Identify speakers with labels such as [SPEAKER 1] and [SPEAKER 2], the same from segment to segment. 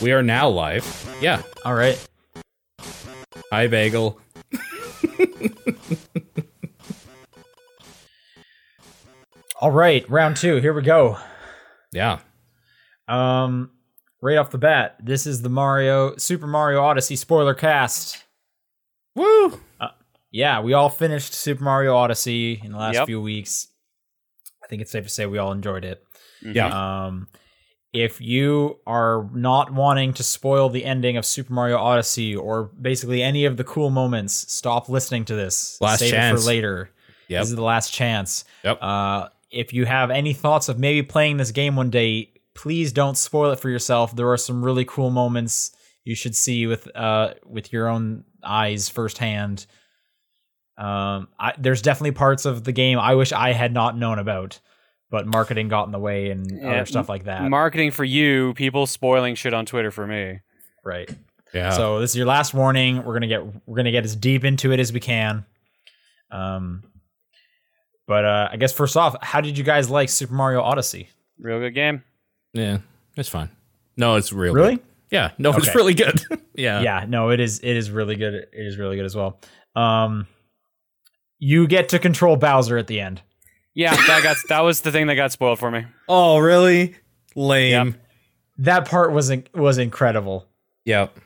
[SPEAKER 1] We are now live. Yeah.
[SPEAKER 2] All right.
[SPEAKER 1] Hi, Bagel.
[SPEAKER 2] All right. Round two. Here we go.
[SPEAKER 1] Yeah.
[SPEAKER 2] Um, right off the bat, this is the Mario Super Mario Odyssey spoiler cast.
[SPEAKER 1] Woo.
[SPEAKER 2] Yeah, we all finished Super Mario Odyssey in the last
[SPEAKER 3] Yep.
[SPEAKER 2] few weeks. I think it's safe to say we all enjoyed it.
[SPEAKER 1] Yeah.
[SPEAKER 2] Um, if you are not wanting to spoil the ending of Super Mario Odyssey or basically any of the cool moments, stop listening to this.
[SPEAKER 1] Last
[SPEAKER 2] Save it
[SPEAKER 1] chance.
[SPEAKER 2] for later.
[SPEAKER 1] Yep.
[SPEAKER 2] This is the last chance.
[SPEAKER 1] Yep.
[SPEAKER 2] Uh, if you have any thoughts of maybe playing this game one day, please don't spoil it for yourself. There are some really cool moments you should see with uh with your own eyes firsthand. Um, I, there's definitely parts of the game I wish I had not known about, but marketing got in the way and
[SPEAKER 3] Yeah,
[SPEAKER 2] other stuff like that.
[SPEAKER 3] Marketing for you, people spoiling shit on Twitter for me.
[SPEAKER 2] right.
[SPEAKER 1] Yeah.
[SPEAKER 2] So this is your last warning. We're gonna get we're gonna get as deep into it as we can. Um, but uh, I guess first off, how did you guys like Super Mario Odyssey?
[SPEAKER 3] Real good game.
[SPEAKER 1] yeah. It's fine. No, it's real.
[SPEAKER 2] Really?
[SPEAKER 1] good. Yeah. No, it's
[SPEAKER 2] Okay.
[SPEAKER 1] really good. yeah.
[SPEAKER 2] yeah, no, it is it is really good. It is really good as well. Um, you get to control Bowser at the end.
[SPEAKER 3] Yeah, that got that was the thing that got spoiled for me.
[SPEAKER 1] Oh, really? Lame.
[SPEAKER 2] That part was in- was incredible.
[SPEAKER 1] Yep.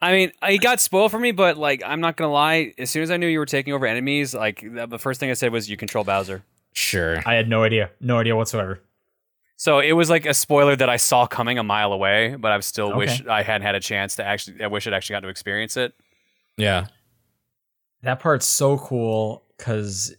[SPEAKER 3] I mean, it got spoiled for me, but like, I'm not gonna lie. As soon as I knew you were taking over enemies, like the the first thing I said was, "You control Bowser."
[SPEAKER 1] Sure.
[SPEAKER 2] I had no idea, no idea whatsoever.
[SPEAKER 3] So it was like a spoiler that I saw coming a mile away, but I still wish
[SPEAKER 2] Okay.
[SPEAKER 3] I hadn't had a chance to actually. I wish I'd actually got to experience it.
[SPEAKER 1] Yeah.
[SPEAKER 2] That part's so cool because,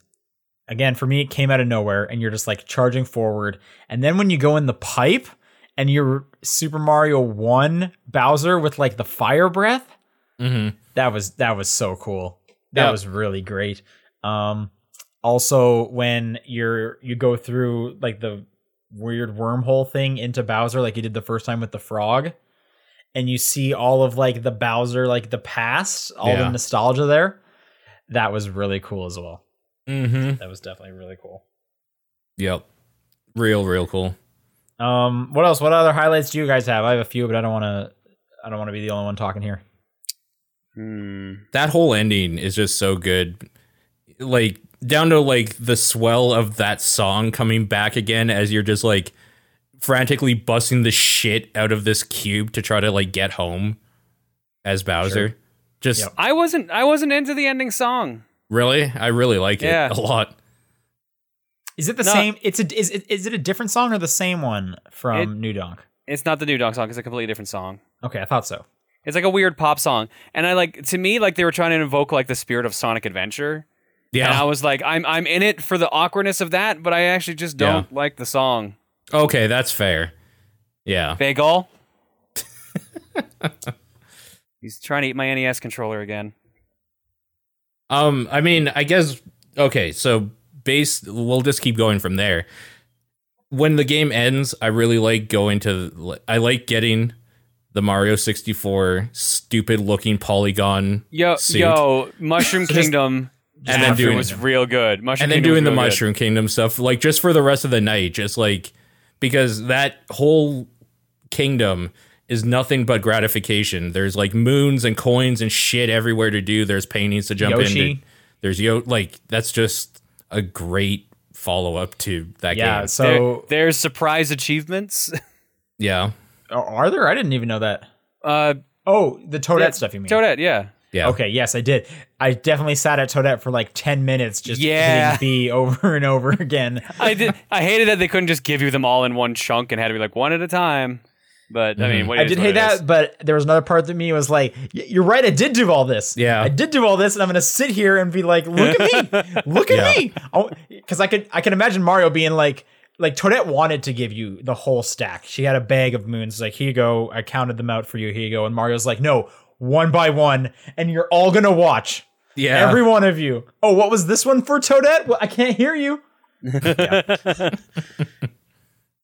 [SPEAKER 2] again, for me, it came out of nowhere, and you're just like charging forward. And then when you go in the pipe and you're Super Mario 1 Bowser with like the fire breath,
[SPEAKER 1] Mm-hmm.
[SPEAKER 2] that was that was so cool. That
[SPEAKER 1] Yeah.
[SPEAKER 2] was really great. Um, also, when you're you go through like the weird wormhole thing into Bowser, like you did the first time with the frog, and you see all of like the Bowser, like the past, all
[SPEAKER 1] Yeah.
[SPEAKER 2] the nostalgia there. That was really cool as well.
[SPEAKER 1] Mm-hmm.
[SPEAKER 2] That was definitely really cool.
[SPEAKER 1] Yep. Real, real cool.
[SPEAKER 2] Um, what else? What other highlights do you guys have? I have a few, but I don't want to. I don't want to be the only one talking here.
[SPEAKER 3] Hmm.
[SPEAKER 1] that whole ending is just so good like down to like the swell of that song coming back again as you're just like frantically busting the shit out of this cube to try to like get home as bowser just
[SPEAKER 2] Yep.
[SPEAKER 3] I wasn't. I wasn't into the ending song.
[SPEAKER 1] really i really like
[SPEAKER 3] Yeah.
[SPEAKER 1] it a lot
[SPEAKER 2] Is it the
[SPEAKER 3] No.
[SPEAKER 2] same? It's a is it, is it a different song or the same one from
[SPEAKER 3] It-
[SPEAKER 2] New Donk?
[SPEAKER 3] It's not the new dog song. It's a completely different song.
[SPEAKER 2] Okay, I thought so.
[SPEAKER 3] It's like a weird pop song, and I like to me like they were trying to invoke like the spirit of Sonic Adventure. And I
[SPEAKER 1] yeah
[SPEAKER 3] was like, I'm I'm in it for the awkwardness of that, but I actually just
[SPEAKER 1] Yeah.
[SPEAKER 3] don't like the song.
[SPEAKER 1] okay that's fair yeah
[SPEAKER 3] Bagel. He's trying to eat my NES controller again.
[SPEAKER 1] Um, I mean, I guess okay. So base, we'll just keep going from there. When the game ends, I really like going to. I like getting the Mario sixty four stupid looking polygon,
[SPEAKER 3] Yo,
[SPEAKER 1] Suit.
[SPEAKER 3] yo, Mushroom
[SPEAKER 1] Just-
[SPEAKER 3] Kingdom.
[SPEAKER 1] then
[SPEAKER 3] after
[SPEAKER 1] doing
[SPEAKER 3] was
[SPEAKER 1] it.
[SPEAKER 3] real good. Mushroom
[SPEAKER 1] and then
[SPEAKER 3] Kingdom was
[SPEAKER 1] doing the
[SPEAKER 3] real good.
[SPEAKER 1] Mushroom Kingdom stuff, like just for the rest of the night, just like because that whole kingdom is nothing but gratification. There's like moons and coins and shit everywhere to do. There's paintings to jump
[SPEAKER 2] Yoshi.
[SPEAKER 1] into. There's yo like that's just a great follow up to that
[SPEAKER 2] yeah.
[SPEAKER 1] game.
[SPEAKER 3] There-
[SPEAKER 2] So
[SPEAKER 3] there's surprise achievements.
[SPEAKER 1] Yeah.
[SPEAKER 2] are- are there? I didn't even know that.
[SPEAKER 3] Uh,
[SPEAKER 2] Oh, the Toadette
[SPEAKER 3] yeah,
[SPEAKER 2] stuff you mean?
[SPEAKER 3] Toadette, yeah.
[SPEAKER 1] Yeah.
[SPEAKER 2] Okay, yes, I did. I definitely sat at Toadette for like ten minutes, just
[SPEAKER 3] Yeah.
[SPEAKER 2] hitting B over and over again.
[SPEAKER 3] I did. I hated that they couldn't just give you them all in one chunk and had to be like one at a time. But I
[SPEAKER 1] Mm-hmm.
[SPEAKER 3] mean, what
[SPEAKER 2] I
[SPEAKER 3] it is
[SPEAKER 2] did
[SPEAKER 3] what
[SPEAKER 2] hate
[SPEAKER 3] it is.
[SPEAKER 2] that, but there was another part that me was like, "Y- "You're right, I did do all this.
[SPEAKER 1] Yeah.
[SPEAKER 2] I did do all this, and I'm gonna sit here and be like, look at me, look at me, because I could I can imagine Mario being like, like Toadette wanted to give you the whole stack. She had a bag of moons, like here you go, I counted them out for you, here you go, and Mario's like, no, one by one, and you're all gonna watch
[SPEAKER 1] Yeah.
[SPEAKER 2] every one of you. Oh, what was this one for Toadette? Well, I can't hear you. Yeah.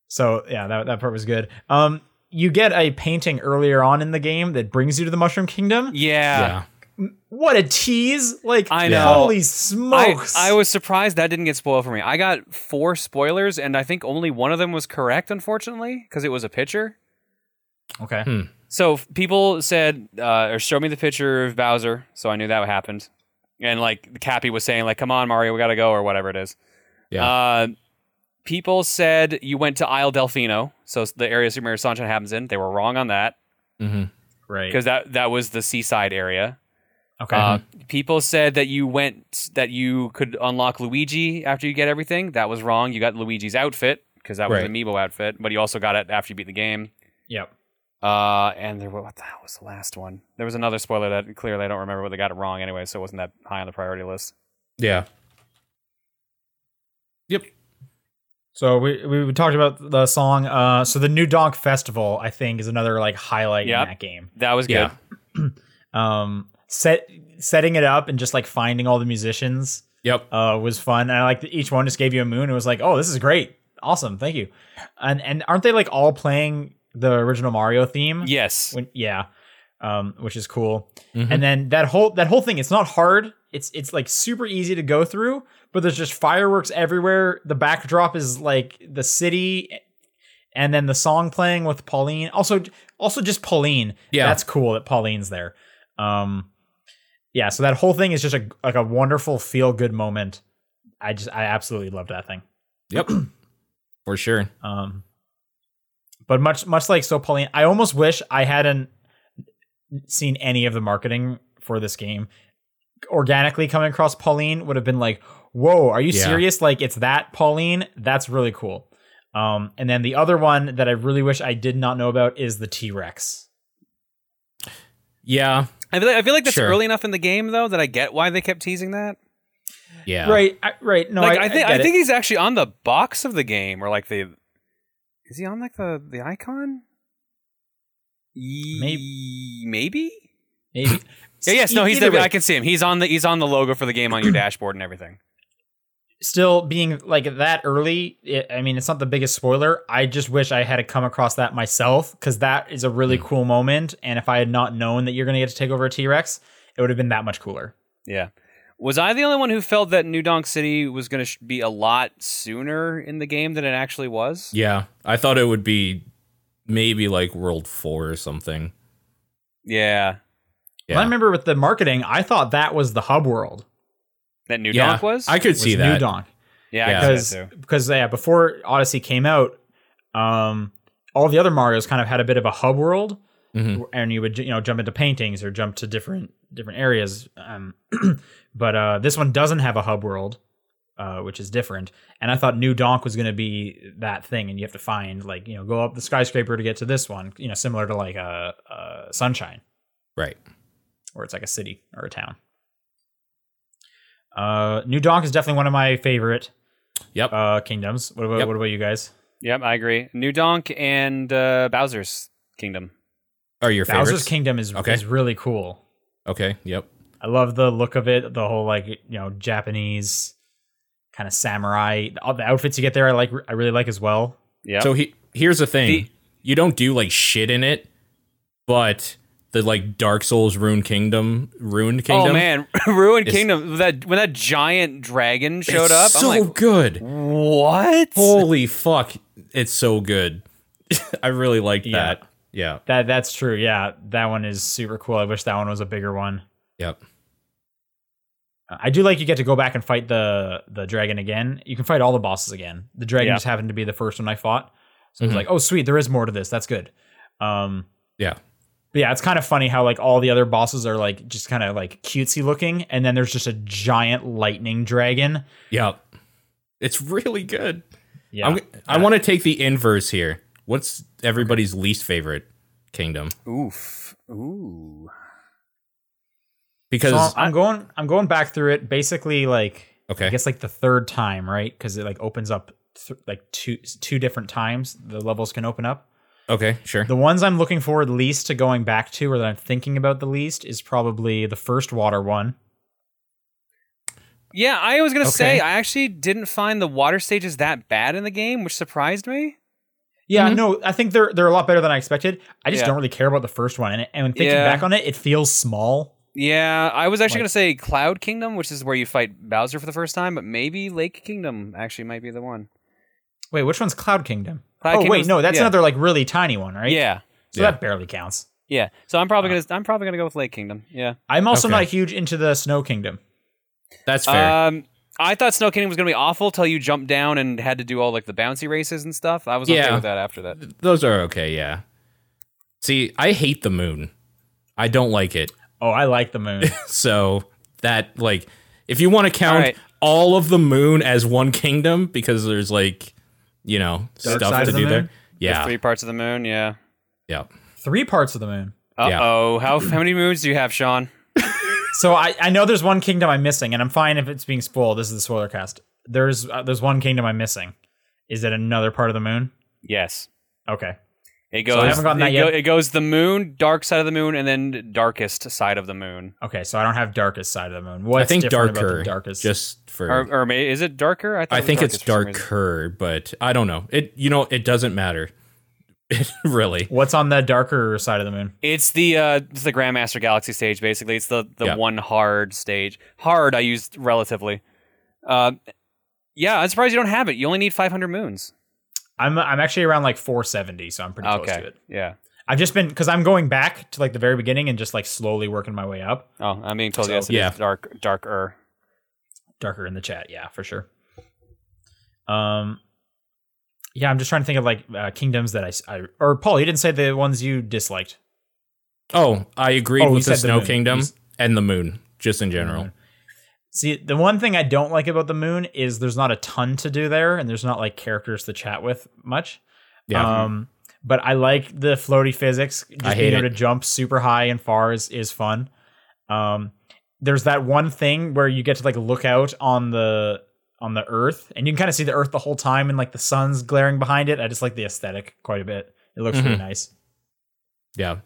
[SPEAKER 2] so yeah, that, that part was good. Um, you get a painting earlier on in the game that brings you to the Mushroom Kingdom.
[SPEAKER 3] Yeah.
[SPEAKER 1] yeah.
[SPEAKER 2] What a tease! Like
[SPEAKER 3] I
[SPEAKER 1] know.
[SPEAKER 2] Holy
[SPEAKER 3] I,
[SPEAKER 2] smokes!
[SPEAKER 3] I was surprised that didn't get spoiled for me. I got four spoilers, and I think only one of them was correct, unfortunately, because it was a picture.
[SPEAKER 2] Okay.
[SPEAKER 3] So f- people said uh, or showed me the picture of Bowser, so I knew that happened. And like Cappy was saying, like, "Come on, Mario, we gotta go," or whatever it is.
[SPEAKER 1] Yeah.
[SPEAKER 3] Uh, people said you went to Isle Delfino, so s- the area Super Mario Sunshine happens in. They were wrong on that
[SPEAKER 1] hmm
[SPEAKER 2] Right.
[SPEAKER 3] because that that was the seaside area.
[SPEAKER 2] Okay.
[SPEAKER 3] Uh, people said that you went that you could unlock Luigi after you get everything. That was wrong. You got Luigi's outfit because that was
[SPEAKER 1] Right.
[SPEAKER 3] an amiibo outfit, but you also got it after you beat the game.
[SPEAKER 2] yep.
[SPEAKER 3] Uh, and there wa- what the hell was the last one? There was another spoiler that clearly I don't remember, but they got it wrong anyway, so it wasn't that high on the priority list.
[SPEAKER 1] Yeah. Yep.
[SPEAKER 2] So we we talked about the song. Uh, so the New Donk Festival, I think, is another like highlight
[SPEAKER 3] Yep.
[SPEAKER 2] in that game.
[SPEAKER 3] That was good.
[SPEAKER 1] Yeah.
[SPEAKER 2] Um, set setting it up and just like finding all the musicians
[SPEAKER 1] Yep.
[SPEAKER 2] uh was fun. And I like that each one just gave you a moon. It was like, oh, this is great, awesome, thank you. And and aren't they like all playing the original Mario theme?
[SPEAKER 3] Yes.
[SPEAKER 2] When, yeah. Um, which is cool.
[SPEAKER 1] Mhm.
[SPEAKER 2] And then that whole that whole thing, it's not hard. It's it's like super easy to go through, but there's just fireworks everywhere. The backdrop is like the city and then the song playing with Pauline. Also also just Pauline.
[SPEAKER 1] Yeah.
[SPEAKER 2] That's cool that Pauline's there. Um yeah, so that whole thing is just a like a wonderful feel good moment. I just I absolutely love that thing.
[SPEAKER 1] Yep. For sure.
[SPEAKER 2] Um, but much much like so, Pauline, I almost wish I hadn't seen any of the marketing for this game. Organically coming across Pauline would have been like, "Whoa, are you
[SPEAKER 1] Yeah.
[SPEAKER 2] serious? Like it's that Pauline? That's really cool." Um, and then the other one that I really wish I did not know about is the T Rex.
[SPEAKER 1] Yeah.
[SPEAKER 3] I feel like, I feel like that's
[SPEAKER 1] Sure.
[SPEAKER 3] early enough in the game though that I get why they kept teasing that.
[SPEAKER 1] Yeah.
[SPEAKER 2] Right, I, right. No,
[SPEAKER 3] like
[SPEAKER 2] I,
[SPEAKER 3] I, think I,
[SPEAKER 2] get it.
[SPEAKER 3] think he's actually on the box of the game or like the Is he on like the the icon? Maybe maybe? E-,
[SPEAKER 2] Maybe.
[SPEAKER 3] Yeah, yes, no, he's
[SPEAKER 2] Either
[SPEAKER 3] the,
[SPEAKER 2] way.
[SPEAKER 3] I can see him. He's on the he's on the logo for the game on your dashboard and everything.
[SPEAKER 2] still being like that early it, i mean it's not the biggest spoiler i just wish i had come across that myself because that is a really
[SPEAKER 3] Hmm.
[SPEAKER 2] cool moment and if i had not known that you're going to get to take over a t-rex it would have been that much cooler
[SPEAKER 3] Yeah. Was I the only one who felt that New Donk City was going to sh- be a lot sooner in the game than it actually was?
[SPEAKER 1] Yeah. I thought it would be maybe like World 4 or something.
[SPEAKER 3] Yeah.
[SPEAKER 1] Yeah.
[SPEAKER 2] i remember with the marketing i thought that was the hub world
[SPEAKER 3] That New
[SPEAKER 1] yeah.
[SPEAKER 3] Donk was?
[SPEAKER 1] I could
[SPEAKER 2] was
[SPEAKER 1] see
[SPEAKER 2] new
[SPEAKER 1] that.
[SPEAKER 2] donk
[SPEAKER 3] yeah,
[SPEAKER 1] Yeah.
[SPEAKER 3] I could see
[SPEAKER 2] because
[SPEAKER 3] that too.
[SPEAKER 2] because yeah before odyssey came out um all the other marios kind of had a bit of a hub world
[SPEAKER 1] Mhm.
[SPEAKER 2] and you would you know jump into paintings or jump to different different areas. Um, but uh, this one doesn't have a hub world, uh, which is different. And I thought New Donk was going to be that thing, and you have to find like you know go up the skyscraper to get to this one. You know, similar to like a, a Sunshine,
[SPEAKER 1] Right.
[SPEAKER 2] where it's like a city or a town. Uh, New Donk is definitely one of my favorite
[SPEAKER 1] Yep.
[SPEAKER 2] uh, kingdoms. What about
[SPEAKER 1] Yep.
[SPEAKER 2] what about you guys?
[SPEAKER 3] Yep, I agree. New Donk and uh, Bowser's Kingdom.
[SPEAKER 1] Are your
[SPEAKER 2] Bowser's
[SPEAKER 1] favorites?
[SPEAKER 2] Kingdom is
[SPEAKER 1] Okay.
[SPEAKER 2] is really cool.
[SPEAKER 1] okay. Yep.
[SPEAKER 2] I love the look of it. The whole like you know Japanese kind of samurai. All the outfits you get there, I like. I really like as well.
[SPEAKER 3] Yeah.
[SPEAKER 1] So he here's the thing.
[SPEAKER 3] The-
[SPEAKER 1] you don't do like shit in it, but the like Dark Souls Rune Kingdom, Ruined Kingdom.
[SPEAKER 3] oh man, Ruined
[SPEAKER 1] It's-
[SPEAKER 3] Kingdom. That when that giant dragon showed
[SPEAKER 1] it's
[SPEAKER 3] up,
[SPEAKER 1] So Oh.
[SPEAKER 3] I'm like,
[SPEAKER 1] good.
[SPEAKER 3] what?
[SPEAKER 1] Holy fuck. It's so good. I really liked
[SPEAKER 2] Yeah.
[SPEAKER 1] that. Yeah.
[SPEAKER 2] That that's true. Yeah, that one is super cool. I wish that one was a bigger one.
[SPEAKER 1] Yep.
[SPEAKER 2] Uh, I do like you get to go back and fight the the dragon again. You can fight all the bosses again. The dragon
[SPEAKER 3] Yeah.
[SPEAKER 2] just happened to be the first one I fought. So it's
[SPEAKER 1] Mhm.
[SPEAKER 2] like, oh sweet, there is more to this. That's good. Um,
[SPEAKER 1] Yeah.
[SPEAKER 2] but yeah, it's kind of funny how like all the other bosses are like just kind of like cutesy looking, and then there's just a giant lightning dragon.
[SPEAKER 1] Yep. It's really good.
[SPEAKER 2] Yeah,
[SPEAKER 1] I'm, I want to take the inverse here. What's everybody's least favorite kingdom?
[SPEAKER 3] Oof. Ooh.
[SPEAKER 1] Because
[SPEAKER 2] So I'm going I'm going back through it basically like I
[SPEAKER 1] okay,
[SPEAKER 2] guess like the third time, right? Cuz it like opens up th- like two two different times the levels can open up.
[SPEAKER 1] okay, sure.
[SPEAKER 2] The ones I'm looking forward least to going back to or that I'm thinking about the least is probably the first water one.
[SPEAKER 3] Yeah, I was gonna
[SPEAKER 1] Okay.
[SPEAKER 3] say I actually didn't find the water stages that bad in the game, which surprised me.
[SPEAKER 2] Yeah,
[SPEAKER 1] Mhm.
[SPEAKER 2] no, I think they're they're a lot better than I expected. I just
[SPEAKER 3] Mm-hmm. Yeah.
[SPEAKER 2] don't really care about the first one and and when thinking
[SPEAKER 3] Yeah.
[SPEAKER 2] back on it, it feels small.
[SPEAKER 3] Yeah, I was actually
[SPEAKER 2] Like-
[SPEAKER 3] gonna say Cloud Kingdom, which is where you fight Bowser for the first time, but maybe Lake Kingdom actually might be the one.
[SPEAKER 2] Wait, which one's Cloud Kingdom?
[SPEAKER 3] Cloud
[SPEAKER 2] oh wait,
[SPEAKER 3] Kingdom's-
[SPEAKER 2] no, that's
[SPEAKER 3] yeah.
[SPEAKER 2] another like really tiny one, right?
[SPEAKER 3] Yeah,
[SPEAKER 2] So
[SPEAKER 1] Yeah.
[SPEAKER 2] that barely counts.
[SPEAKER 3] Yeah. So I'm probably gonna I'm probably gonna go with Lake Kingdom. Yeah.
[SPEAKER 2] I'm also
[SPEAKER 1] Okay.
[SPEAKER 2] not huge into the Snow Kingdom.
[SPEAKER 1] That's fair.
[SPEAKER 3] Um, I thought Snow Kingdom was gonna be awful till you jumped down and had to do all like the bouncy races and stuff. I was okay
[SPEAKER 1] Yeah.
[SPEAKER 3] with that after that.
[SPEAKER 1] Those are okay, yeah. See, I hate the moon. I don't like it.
[SPEAKER 2] Oh, I like the moon.
[SPEAKER 1] So that like if you want to count all,
[SPEAKER 3] right.
[SPEAKER 1] of the moon as one kingdom because there's like, you know,
[SPEAKER 2] Dark side
[SPEAKER 1] stuff to
[SPEAKER 2] of the
[SPEAKER 1] do there.
[SPEAKER 2] moon?
[SPEAKER 1] Yeah.
[SPEAKER 3] Three parts of the moon. Yeah.
[SPEAKER 1] yeah.
[SPEAKER 2] Three parts of the moon.
[SPEAKER 3] Uh
[SPEAKER 1] Yeah.
[SPEAKER 3] oh. How how many moons do you have, Sean?
[SPEAKER 2] So I, I know there's one kingdom I'm missing, and I'm fine if it's being spoiled. This is the spoiler cast. There's uh, there's one kingdom I'm missing. Is it another part of the moon?
[SPEAKER 3] Yes.
[SPEAKER 2] Okay.
[SPEAKER 3] It goes.
[SPEAKER 2] So I haven't gotten that
[SPEAKER 3] it, go-
[SPEAKER 2] yet.
[SPEAKER 3] it goes the moon, dark side of the moon, and then darkest side of the moon.
[SPEAKER 2] Okay, so I don't have darkest side of the moon. What's
[SPEAKER 1] I think
[SPEAKER 2] different about
[SPEAKER 1] darker
[SPEAKER 2] the darkest?
[SPEAKER 1] just for
[SPEAKER 3] Or, or may, is it darker? I, thought
[SPEAKER 1] I
[SPEAKER 3] it was
[SPEAKER 1] think it's
[SPEAKER 3] darkest for some reason.
[SPEAKER 1] darker, but I don't know. It you know, it doesn't matter. really.
[SPEAKER 2] What's on the darker side of the moon?
[SPEAKER 3] It's the uh, it's the Grandmaster Galaxy stage basically. It's the the
[SPEAKER 1] Yeah.
[SPEAKER 3] one hard stage. Hard I used relatively. Uh, yeah, I'm surprised you don't have it. You only need 500 moons.
[SPEAKER 2] I'm I'm actually around like 470, so I'm pretty close to
[SPEAKER 3] Okay.
[SPEAKER 2] it.
[SPEAKER 3] Yeah.
[SPEAKER 2] I've just been because I'm going back to like the very beginning and just like slowly working my way up.
[SPEAKER 3] Oh, I'm being told
[SPEAKER 2] So,
[SPEAKER 3] yes. It is
[SPEAKER 1] yeah.
[SPEAKER 3] dark darker.
[SPEAKER 2] Darker in the chat, yeah, for sure. Um, yeah, I'm just trying to think of like uh, kingdoms that I, s- I- or Paul, you didn't say the ones you disliked.
[SPEAKER 1] Oh, I agreed
[SPEAKER 2] Oh, you
[SPEAKER 1] with the
[SPEAKER 2] said the
[SPEAKER 1] snow
[SPEAKER 2] moon.
[SPEAKER 1] kingdom
[SPEAKER 2] You s-
[SPEAKER 1] and the moon just in general.
[SPEAKER 2] See, the one thing I don't like about the moon is there's not a ton to do there, and there's not like characters to chat with much.
[SPEAKER 1] Yeah.
[SPEAKER 2] Um, but I like the floaty physics. Just
[SPEAKER 1] I hate
[SPEAKER 2] being able
[SPEAKER 1] it.
[SPEAKER 2] to jump super high and far is is fun. Um, there's that one thing where you get to like look out on the on the Earth, and you can kind of see the Earth the whole time, and like the sun's glaring behind it. I just like the aesthetic quite a bit. It looks
[SPEAKER 3] Mm-hmm.
[SPEAKER 2] really nice.
[SPEAKER 1] yeah.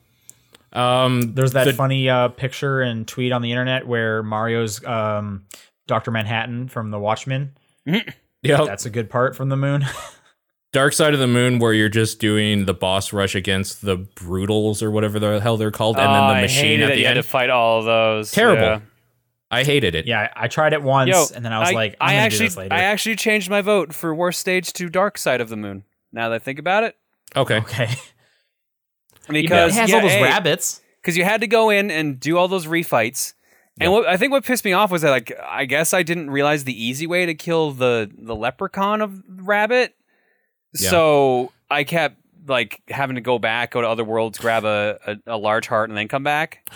[SPEAKER 1] Um
[SPEAKER 2] There's that
[SPEAKER 1] the-
[SPEAKER 2] funny uh, picture and tweet on the internet where Mario's um, Doctor Manhattan from The Watchmen.
[SPEAKER 3] Oh.
[SPEAKER 1] yeah,
[SPEAKER 2] That's a good part from the moon.
[SPEAKER 1] Dark Side of the Moon, where you're just doing the boss rush against the Brutals or whatever the hell they're called, and
[SPEAKER 3] Oh,
[SPEAKER 1] then the
[SPEAKER 3] I
[SPEAKER 1] machine
[SPEAKER 3] hated
[SPEAKER 1] at
[SPEAKER 3] that
[SPEAKER 1] the
[SPEAKER 3] you had
[SPEAKER 1] end.
[SPEAKER 3] to fight all of those.
[SPEAKER 1] Terrible.
[SPEAKER 3] Yeah.
[SPEAKER 1] I hated it.
[SPEAKER 2] yeah, I tried it once,
[SPEAKER 3] Yo,
[SPEAKER 2] and then I was like, I'm
[SPEAKER 3] I
[SPEAKER 2] gonna
[SPEAKER 3] actually,
[SPEAKER 2] do this later.
[SPEAKER 3] I actually changed my vote for worst stage to dark side of the moon. Now that I think about it,
[SPEAKER 1] Okay.
[SPEAKER 2] okay.
[SPEAKER 3] because
[SPEAKER 2] it has
[SPEAKER 3] yeah,
[SPEAKER 2] all those
[SPEAKER 3] hey,
[SPEAKER 2] rabbits.
[SPEAKER 3] because you had to go in and do all those refights. And what I think what pissed me off was that like I guess I didn't realize the easy way to kill the the leprechaun of rabbit.
[SPEAKER 1] Yeah.
[SPEAKER 3] So I kept like having to go back, go to other worlds, grab a, a, a large heart, and then come back.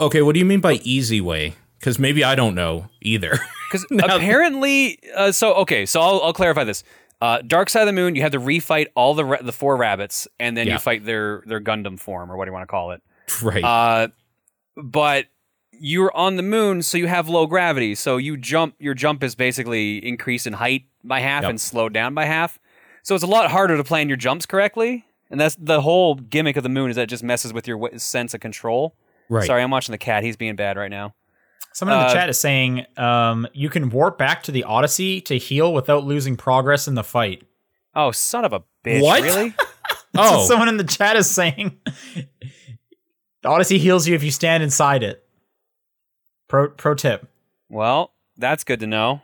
[SPEAKER 1] Okay. What do you mean by easy way? Because maybe I don't know either.
[SPEAKER 3] Because apparently, uh, so okay, so I'll, I'll clarify this. Uh, Dark Side of the Moon, you have to refight all the ra- the four rabbits, and then
[SPEAKER 1] Yeah.
[SPEAKER 3] you fight their their Gundam form or what do you want to call it.
[SPEAKER 1] right.
[SPEAKER 3] Uh, but you're on the moon, so you have low gravity. So you jump. Your jump is basically increased in height by half
[SPEAKER 1] Yep.
[SPEAKER 3] and slowed down by half. So it's a lot harder to plan your jumps correctly. And that's the whole gimmick of the moon is that it just messes with your wi- sense of control.
[SPEAKER 1] right.
[SPEAKER 3] Sorry, I'm watching the cat. He's being bad right now.
[SPEAKER 2] Someone in the
[SPEAKER 3] Uh,
[SPEAKER 2] chat is saying um, you can warp back to the Odyssey to heal without losing progress in the fight.
[SPEAKER 3] Oh, son of a bitch!
[SPEAKER 1] What?
[SPEAKER 3] Really?
[SPEAKER 2] That's what
[SPEAKER 1] Oh,
[SPEAKER 2] someone in the chat is saying the Odyssey heals you if you stand inside it. Pro pro tip.
[SPEAKER 3] well, that's good to know.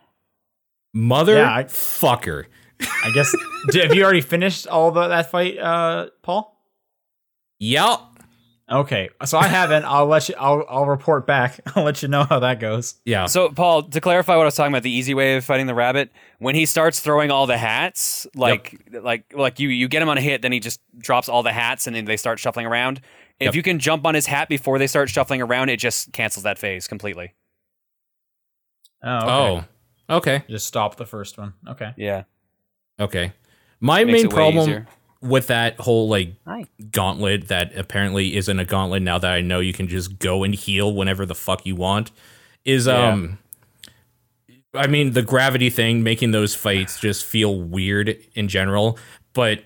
[SPEAKER 1] mother
[SPEAKER 2] Yeah, I-
[SPEAKER 1] fucker.
[SPEAKER 2] I guess. d- have you already finished all the, that fight, uh, Paul?
[SPEAKER 1] Yep.
[SPEAKER 2] Okay, so I haven't. I'll let you. I'll I'll report back. I'll let you know how that goes.
[SPEAKER 1] Yeah.
[SPEAKER 3] So, Paul, to clarify what I was talking about, the easy way of fighting the rabbit, when he starts throwing all the hats, like like like you you get him on a hit, then he just drops all the hats and then they start shuffling around. If
[SPEAKER 1] Yep.
[SPEAKER 3] you can jump on his hat before they start shuffling around, it just cancels that phase completely.
[SPEAKER 2] Oh, okay.
[SPEAKER 1] oh. Okay.
[SPEAKER 2] just stop the first one. Okay.
[SPEAKER 3] Yeah.
[SPEAKER 1] Okay. My
[SPEAKER 3] Makes it
[SPEAKER 1] main
[SPEAKER 3] way
[SPEAKER 1] problem
[SPEAKER 3] easier.
[SPEAKER 1] with that whole like
[SPEAKER 3] Hi.
[SPEAKER 1] gauntlet that apparently isn't a gauntlet now that I know you can just go and heal whenever the fuck you want is
[SPEAKER 3] Yeah.
[SPEAKER 1] um I mean the gravity thing making those fights just feel weird in general, but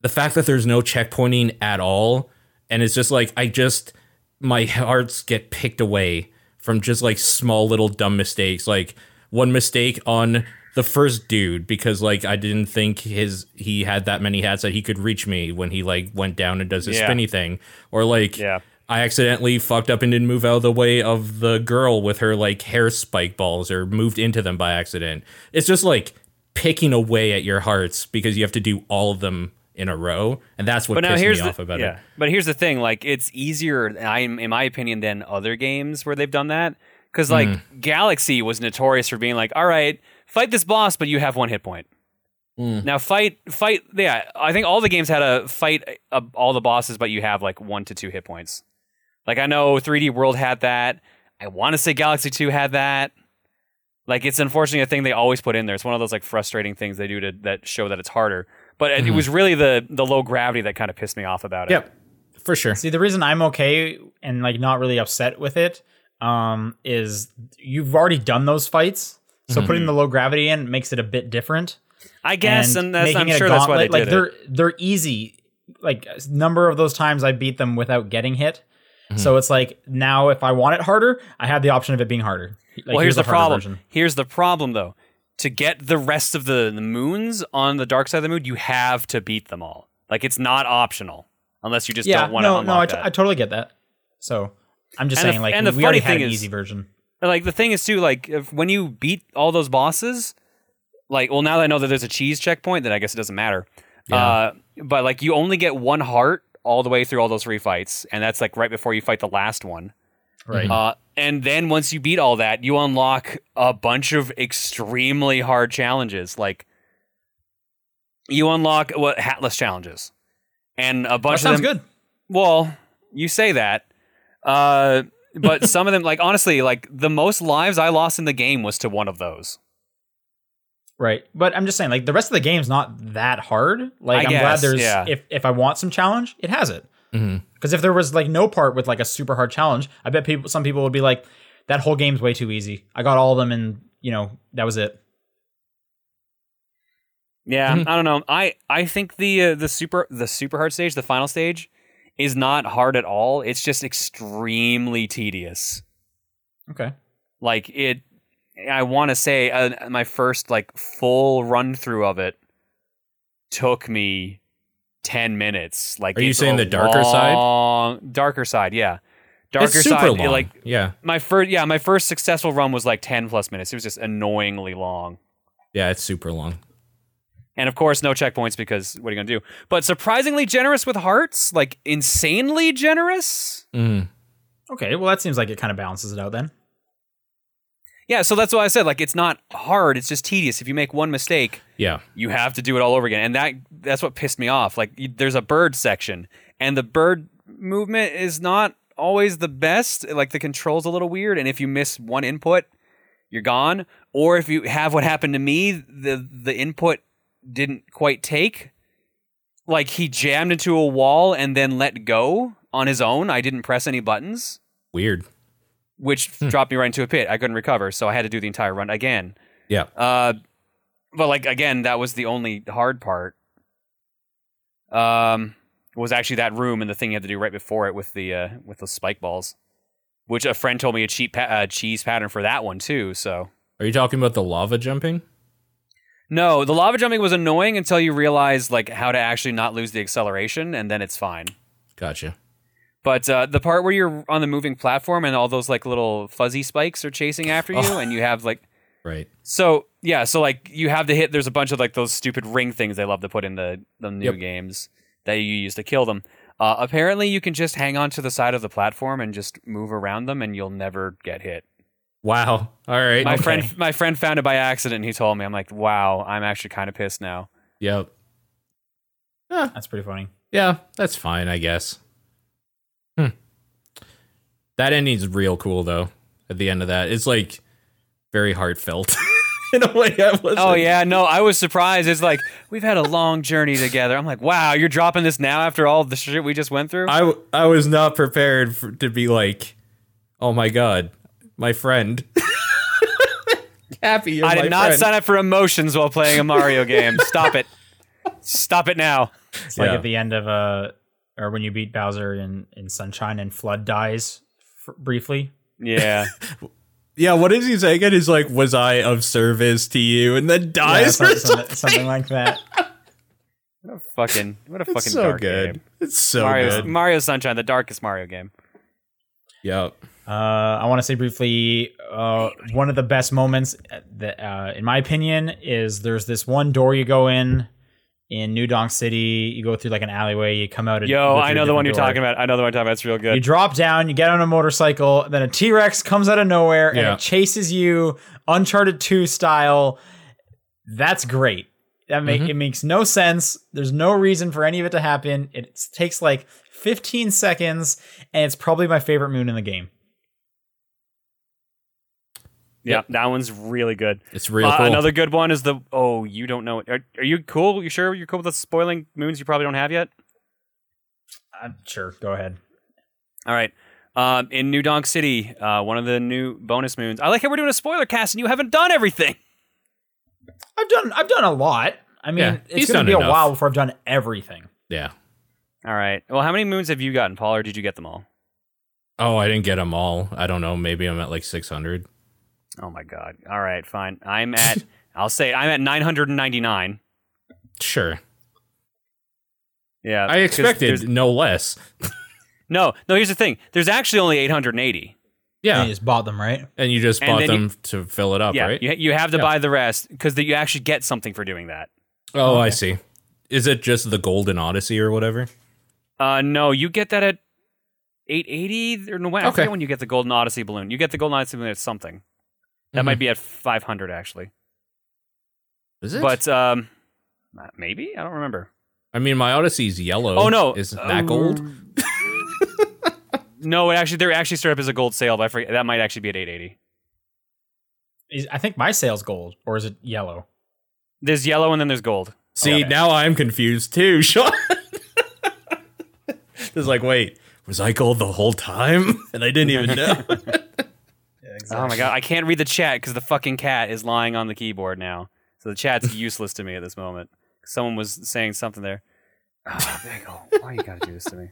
[SPEAKER 1] the fact that there's no checkpointing at all and it's just like I just my hearts get picked away from just like small little dumb mistakes like one mistake on the first dude because like I didn't think his he had that many hats that he could reach me when he like went down and does his
[SPEAKER 3] Yeah.
[SPEAKER 1] spinny thing or like
[SPEAKER 3] Yeah.
[SPEAKER 1] I accidentally fucked up and didn't move out of the way of the girl with her like hair spike balls or moved into them by accident. It's just like picking away at your hearts because you have to do all of them in a row, and that's what
[SPEAKER 3] but now
[SPEAKER 1] pissed
[SPEAKER 3] here's
[SPEAKER 1] me
[SPEAKER 3] the,
[SPEAKER 1] off about
[SPEAKER 3] yeah.
[SPEAKER 1] it.
[SPEAKER 3] But here's the thing: like it's easier, I, in my opinion, than other games where they've done that. Because like
[SPEAKER 1] Hmm.
[SPEAKER 3] Galaxy was notorious for being like, all right, fight this boss, but you have one hit point.
[SPEAKER 1] Mm.
[SPEAKER 3] Now fight, fight. Yeah, I think all the games had a fight uh, all the bosses, but you have like one to two hit points. Like I know 3D World had that. I want to say Galaxy 2 had that. Like it's unfortunately a thing they always put in there. It's one of those like frustrating things they do to that show that it's harder. But
[SPEAKER 2] Mm-hmm.
[SPEAKER 3] it- it was really the the low gravity that kind of pissed me off about it.
[SPEAKER 1] Yep, for sure.
[SPEAKER 2] See, the reason I'm okay and like not really upset with it um, is you've already done those fights, so
[SPEAKER 1] Mm-hmm.
[SPEAKER 2] putting the low gravity in makes it a bit different.
[SPEAKER 3] I guess, and, that's, I'm
[SPEAKER 2] making it a
[SPEAKER 3] sure that's why they
[SPEAKER 2] gauntlet, like
[SPEAKER 3] did
[SPEAKER 2] they're
[SPEAKER 3] it.
[SPEAKER 2] they're easy. Like a number of those times I beat them without getting hit.
[SPEAKER 1] Mm-hmm.
[SPEAKER 2] So it's like now if I want it harder, I have the option of it being harder. Like,
[SPEAKER 3] well, here's, the
[SPEAKER 2] harder
[SPEAKER 3] problem.
[SPEAKER 2] version.
[SPEAKER 3] Here's the problem though. To get the rest of the, the moons on the dark side of the moon, you have to beat them all. Like it's not optional unless you just
[SPEAKER 2] Yeah,
[SPEAKER 3] don't want to
[SPEAKER 2] no, no,
[SPEAKER 3] unlock
[SPEAKER 2] I, t-
[SPEAKER 3] that.
[SPEAKER 2] I totally get that. So I'm just
[SPEAKER 3] And the
[SPEAKER 2] saying,
[SPEAKER 3] f-
[SPEAKER 2] like
[SPEAKER 3] and the
[SPEAKER 2] we already
[SPEAKER 3] funny
[SPEAKER 2] had
[SPEAKER 3] thing
[SPEAKER 2] an
[SPEAKER 3] is-
[SPEAKER 2] easy version.
[SPEAKER 3] And, like the thing is too like if, when you beat all those bosses like well now that i know that there's a cheese checkpoint then i guess it doesn't matter uh, but like you only get one heart all the way through all those three fights and that's like right before you fight the last one
[SPEAKER 1] Mm-hmm.
[SPEAKER 2] Right.
[SPEAKER 3] uh, and then once you beat all that you unlock a bunch of extremely hard challenges like you unlock what hatless challenges and a
[SPEAKER 2] That
[SPEAKER 3] bunch of
[SPEAKER 2] sounds
[SPEAKER 3] them
[SPEAKER 2] good.
[SPEAKER 3] well, you say that. Uh, but some of them, like, honestly, like, the most lives I lost in the game was to one of those.
[SPEAKER 2] Right. But I'm just saying, like the rest of the game's not that hard. Like
[SPEAKER 3] I
[SPEAKER 2] I'm
[SPEAKER 3] guess,
[SPEAKER 2] glad there's
[SPEAKER 3] yeah.
[SPEAKER 2] if if I want some challenge, it has it.
[SPEAKER 1] Mhm.
[SPEAKER 2] Because if there was like no part with like a super hard challenge, I bet people some people would be like, that whole game's way too easy. I got all of them and you know, that was it.
[SPEAKER 3] Yeah,
[SPEAKER 1] Mm-hmm.
[SPEAKER 3] I don't know. I, I think the uh, the super the super hard stage, the final stage, is not hard at all. It's just extremely tedious.
[SPEAKER 2] Okay.
[SPEAKER 3] Like it, I want to say uh, my first like full run through of it took me ten minutes. Like,
[SPEAKER 1] Are you
[SPEAKER 3] it's
[SPEAKER 1] saying
[SPEAKER 3] a
[SPEAKER 1] the darker side?
[SPEAKER 3] long- Darker side, yeah. Darker
[SPEAKER 1] it's super
[SPEAKER 3] side, it,
[SPEAKER 1] long.
[SPEAKER 3] like
[SPEAKER 1] yeah,
[SPEAKER 3] my first yeah my first successful run was like 10 plus minutes it was just annoyingly long
[SPEAKER 1] yeah, it's super long.
[SPEAKER 3] and of course no checkpoints because what are you gonna do but surprisingly generous with hearts like insanely generous
[SPEAKER 1] Mm.
[SPEAKER 2] Okay, well that seems like it kind of balances it out then.
[SPEAKER 3] yeah so that's why i said like it's not hard it's just tedious if you make one mistake
[SPEAKER 1] Yeah,
[SPEAKER 3] you have to do it all over again and that that's what pissed me off like you, there's a bird section and the bird movement is not always the best like the controls a little weird and if you miss one input you're gone or if you have what happened to me the the input didn't quite take like he jammed into a wall and then let go on his own i didn't press any buttons
[SPEAKER 1] weird.
[SPEAKER 3] which dropped me right into a pit i couldn't recover so i had to do the entire run again
[SPEAKER 1] Yeah,
[SPEAKER 3] uh, but like again, that was the only hard part. Um, was actually that room and the thing you had to do right before it with the uh, with the spike balls, which a friend told me a cheap pa- uh, cheese pattern for that one too. So
[SPEAKER 1] are you talking about the lava jumping?
[SPEAKER 3] no, the lava jumping was annoying until you realized like how to actually not lose the acceleration, and then it's fine.
[SPEAKER 1] Gotcha.
[SPEAKER 3] But uh, the part where you're on the moving platform and all those like little fuzzy spikes are chasing after you, and you have like
[SPEAKER 1] Right.
[SPEAKER 3] So yeah, so like you have to hit. There's a bunch of like those stupid ring things they love to put in the the new
[SPEAKER 1] Yep.
[SPEAKER 3] games that you use to kill them. Uh, apparently, you can just hang on to the side of the platform and just move around them, and you'll never get hit.
[SPEAKER 1] Wow. All right.
[SPEAKER 3] My
[SPEAKER 1] Okay.
[SPEAKER 3] friend, my friend found it by accident. and He told me, I'm like, wow, I'm actually kind of pissed now.
[SPEAKER 1] Yep.
[SPEAKER 2] That's pretty funny.
[SPEAKER 1] Yeah, that's fine, I guess. Hmm. That ending's real cool though. At the end of that, it's like very heartfelt in a way. I was.
[SPEAKER 3] Oh yeah, no, I was surprised. It's like we've had a long journey together. I'm like, wow, you're dropping this now after all the shit we just went through.
[SPEAKER 1] I w- I was not prepared for, to be like, oh my god, my friend. Happy. You're
[SPEAKER 3] I
[SPEAKER 1] my
[SPEAKER 3] did not
[SPEAKER 1] friend.
[SPEAKER 3] sign up for emotions while playing a Mario game. Stop it. Stop it now.
[SPEAKER 2] It's like
[SPEAKER 1] Yeah.
[SPEAKER 2] at the end of uh or when you beat Bowser in in Sunshine and Flood dies f- briefly.
[SPEAKER 3] Yeah.
[SPEAKER 1] Yeah. What is he saying? It is like, was I of service to you? And then
[SPEAKER 2] Yeah,
[SPEAKER 1] dies.
[SPEAKER 2] some-
[SPEAKER 1] or
[SPEAKER 2] some-
[SPEAKER 1] something.
[SPEAKER 2] something like that.
[SPEAKER 3] fucking what a fucking
[SPEAKER 1] It's so
[SPEAKER 3] dark
[SPEAKER 1] good.
[SPEAKER 3] game.
[SPEAKER 1] It's so
[SPEAKER 3] Mario
[SPEAKER 1] good.
[SPEAKER 3] Mario Sunshine, the darkest Mario game.
[SPEAKER 1] Yep.
[SPEAKER 2] Uh, I want to say briefly, uh, one of the uh, best moments that, uh, in my opinion, is there's this one door you go in in New Donk City. You go through like an alleyway. You come out. and
[SPEAKER 3] Yo,
[SPEAKER 2] go
[SPEAKER 3] I
[SPEAKER 2] through
[SPEAKER 3] know
[SPEAKER 2] a
[SPEAKER 3] the one you're
[SPEAKER 2] different door.
[SPEAKER 3] talking about. I know the one you're talking about. It's real
[SPEAKER 2] You
[SPEAKER 3] good.
[SPEAKER 2] drop down, you get on a motorcycle, then a T Rex comes out of nowhere
[SPEAKER 1] Yeah.
[SPEAKER 2] and it chases you, Uncharted 2 style. That's great. That ma-
[SPEAKER 1] Mhm.
[SPEAKER 2] It makes no sense. There's no reason for any of it to happen. It takes like 15 seconds, and it's probably my favorite moon in the game.
[SPEAKER 3] Yeah, that one's really good.
[SPEAKER 1] It's real
[SPEAKER 3] Uh,
[SPEAKER 1] cool.
[SPEAKER 3] Another good one is the oh, you don't know. it. Are, are you cool? You sure you're cool with us spoiling moons you probably don't have yet?
[SPEAKER 2] i sure, go ahead.
[SPEAKER 3] All right. Um, in New Donk City, uh, one of the new bonus moons. I like how we're doing a spoiler cast and you haven't done everything.
[SPEAKER 2] I've done I've done a lot. I mean,
[SPEAKER 1] Yeah, he's
[SPEAKER 2] it's
[SPEAKER 1] done
[SPEAKER 2] going to be a
[SPEAKER 1] enough.
[SPEAKER 2] while before I've done everything.
[SPEAKER 1] yeah.
[SPEAKER 3] All right. Well, how many moons have you gotten, Paul, or did you get them all?
[SPEAKER 1] Oh, I didn't get them all. I don't know. Maybe I'm at like 600.
[SPEAKER 3] Oh my god. All right, fine. I'm at I'll say I'm at 999.
[SPEAKER 1] Sure.
[SPEAKER 3] Yeah.
[SPEAKER 1] I
[SPEAKER 3] Uh, 'cause there's-
[SPEAKER 1] expected no less.
[SPEAKER 3] No, no, here's the thing. There's actually only 880.
[SPEAKER 2] Yeah.
[SPEAKER 1] Yeah.
[SPEAKER 2] You just bought them, right?
[SPEAKER 1] And you just
[SPEAKER 3] And
[SPEAKER 1] bought
[SPEAKER 3] then you-
[SPEAKER 1] them to fill it up,
[SPEAKER 3] yeah.
[SPEAKER 1] right?
[SPEAKER 3] You, you have to
[SPEAKER 1] Oh, Yeah.
[SPEAKER 3] buy the rest cuz you actually get something for doing that.
[SPEAKER 1] Oh, I
[SPEAKER 2] Okay.
[SPEAKER 1] see. Is it just the Golden Odyssey or whatever?
[SPEAKER 3] Uh no, you get that at 880 or no, I
[SPEAKER 1] Okay.
[SPEAKER 3] forget when you get the Golden Odyssey balloon. You get the Golden Odyssey balloon at something. That might be at 500 actually.
[SPEAKER 1] Mm-hmm. Is it?
[SPEAKER 3] But um uh, maybe? I don't remember.
[SPEAKER 1] I mean, my Odyssey's yellow.
[SPEAKER 3] Oh no.
[SPEAKER 1] Is it
[SPEAKER 3] Uh,
[SPEAKER 1] that gold?
[SPEAKER 3] no, it actually they're actually started up as a gold sale, but I forget that might actually be at 880.
[SPEAKER 2] Is, I think my sale's gold, or is it yellow?
[SPEAKER 3] There's yellow and then there's gold.
[SPEAKER 1] See,
[SPEAKER 2] okay.
[SPEAKER 1] now I'm confused too, Sean. it's like, wait, was I gold the whole time? And I didn't even know.
[SPEAKER 3] Oh my god, I can't read the chat because the fucking cat is lying on the keyboard now. So the chat's useless to me at this moment. Someone was saying something there. Oh, there you go. Why you gotta do this to me?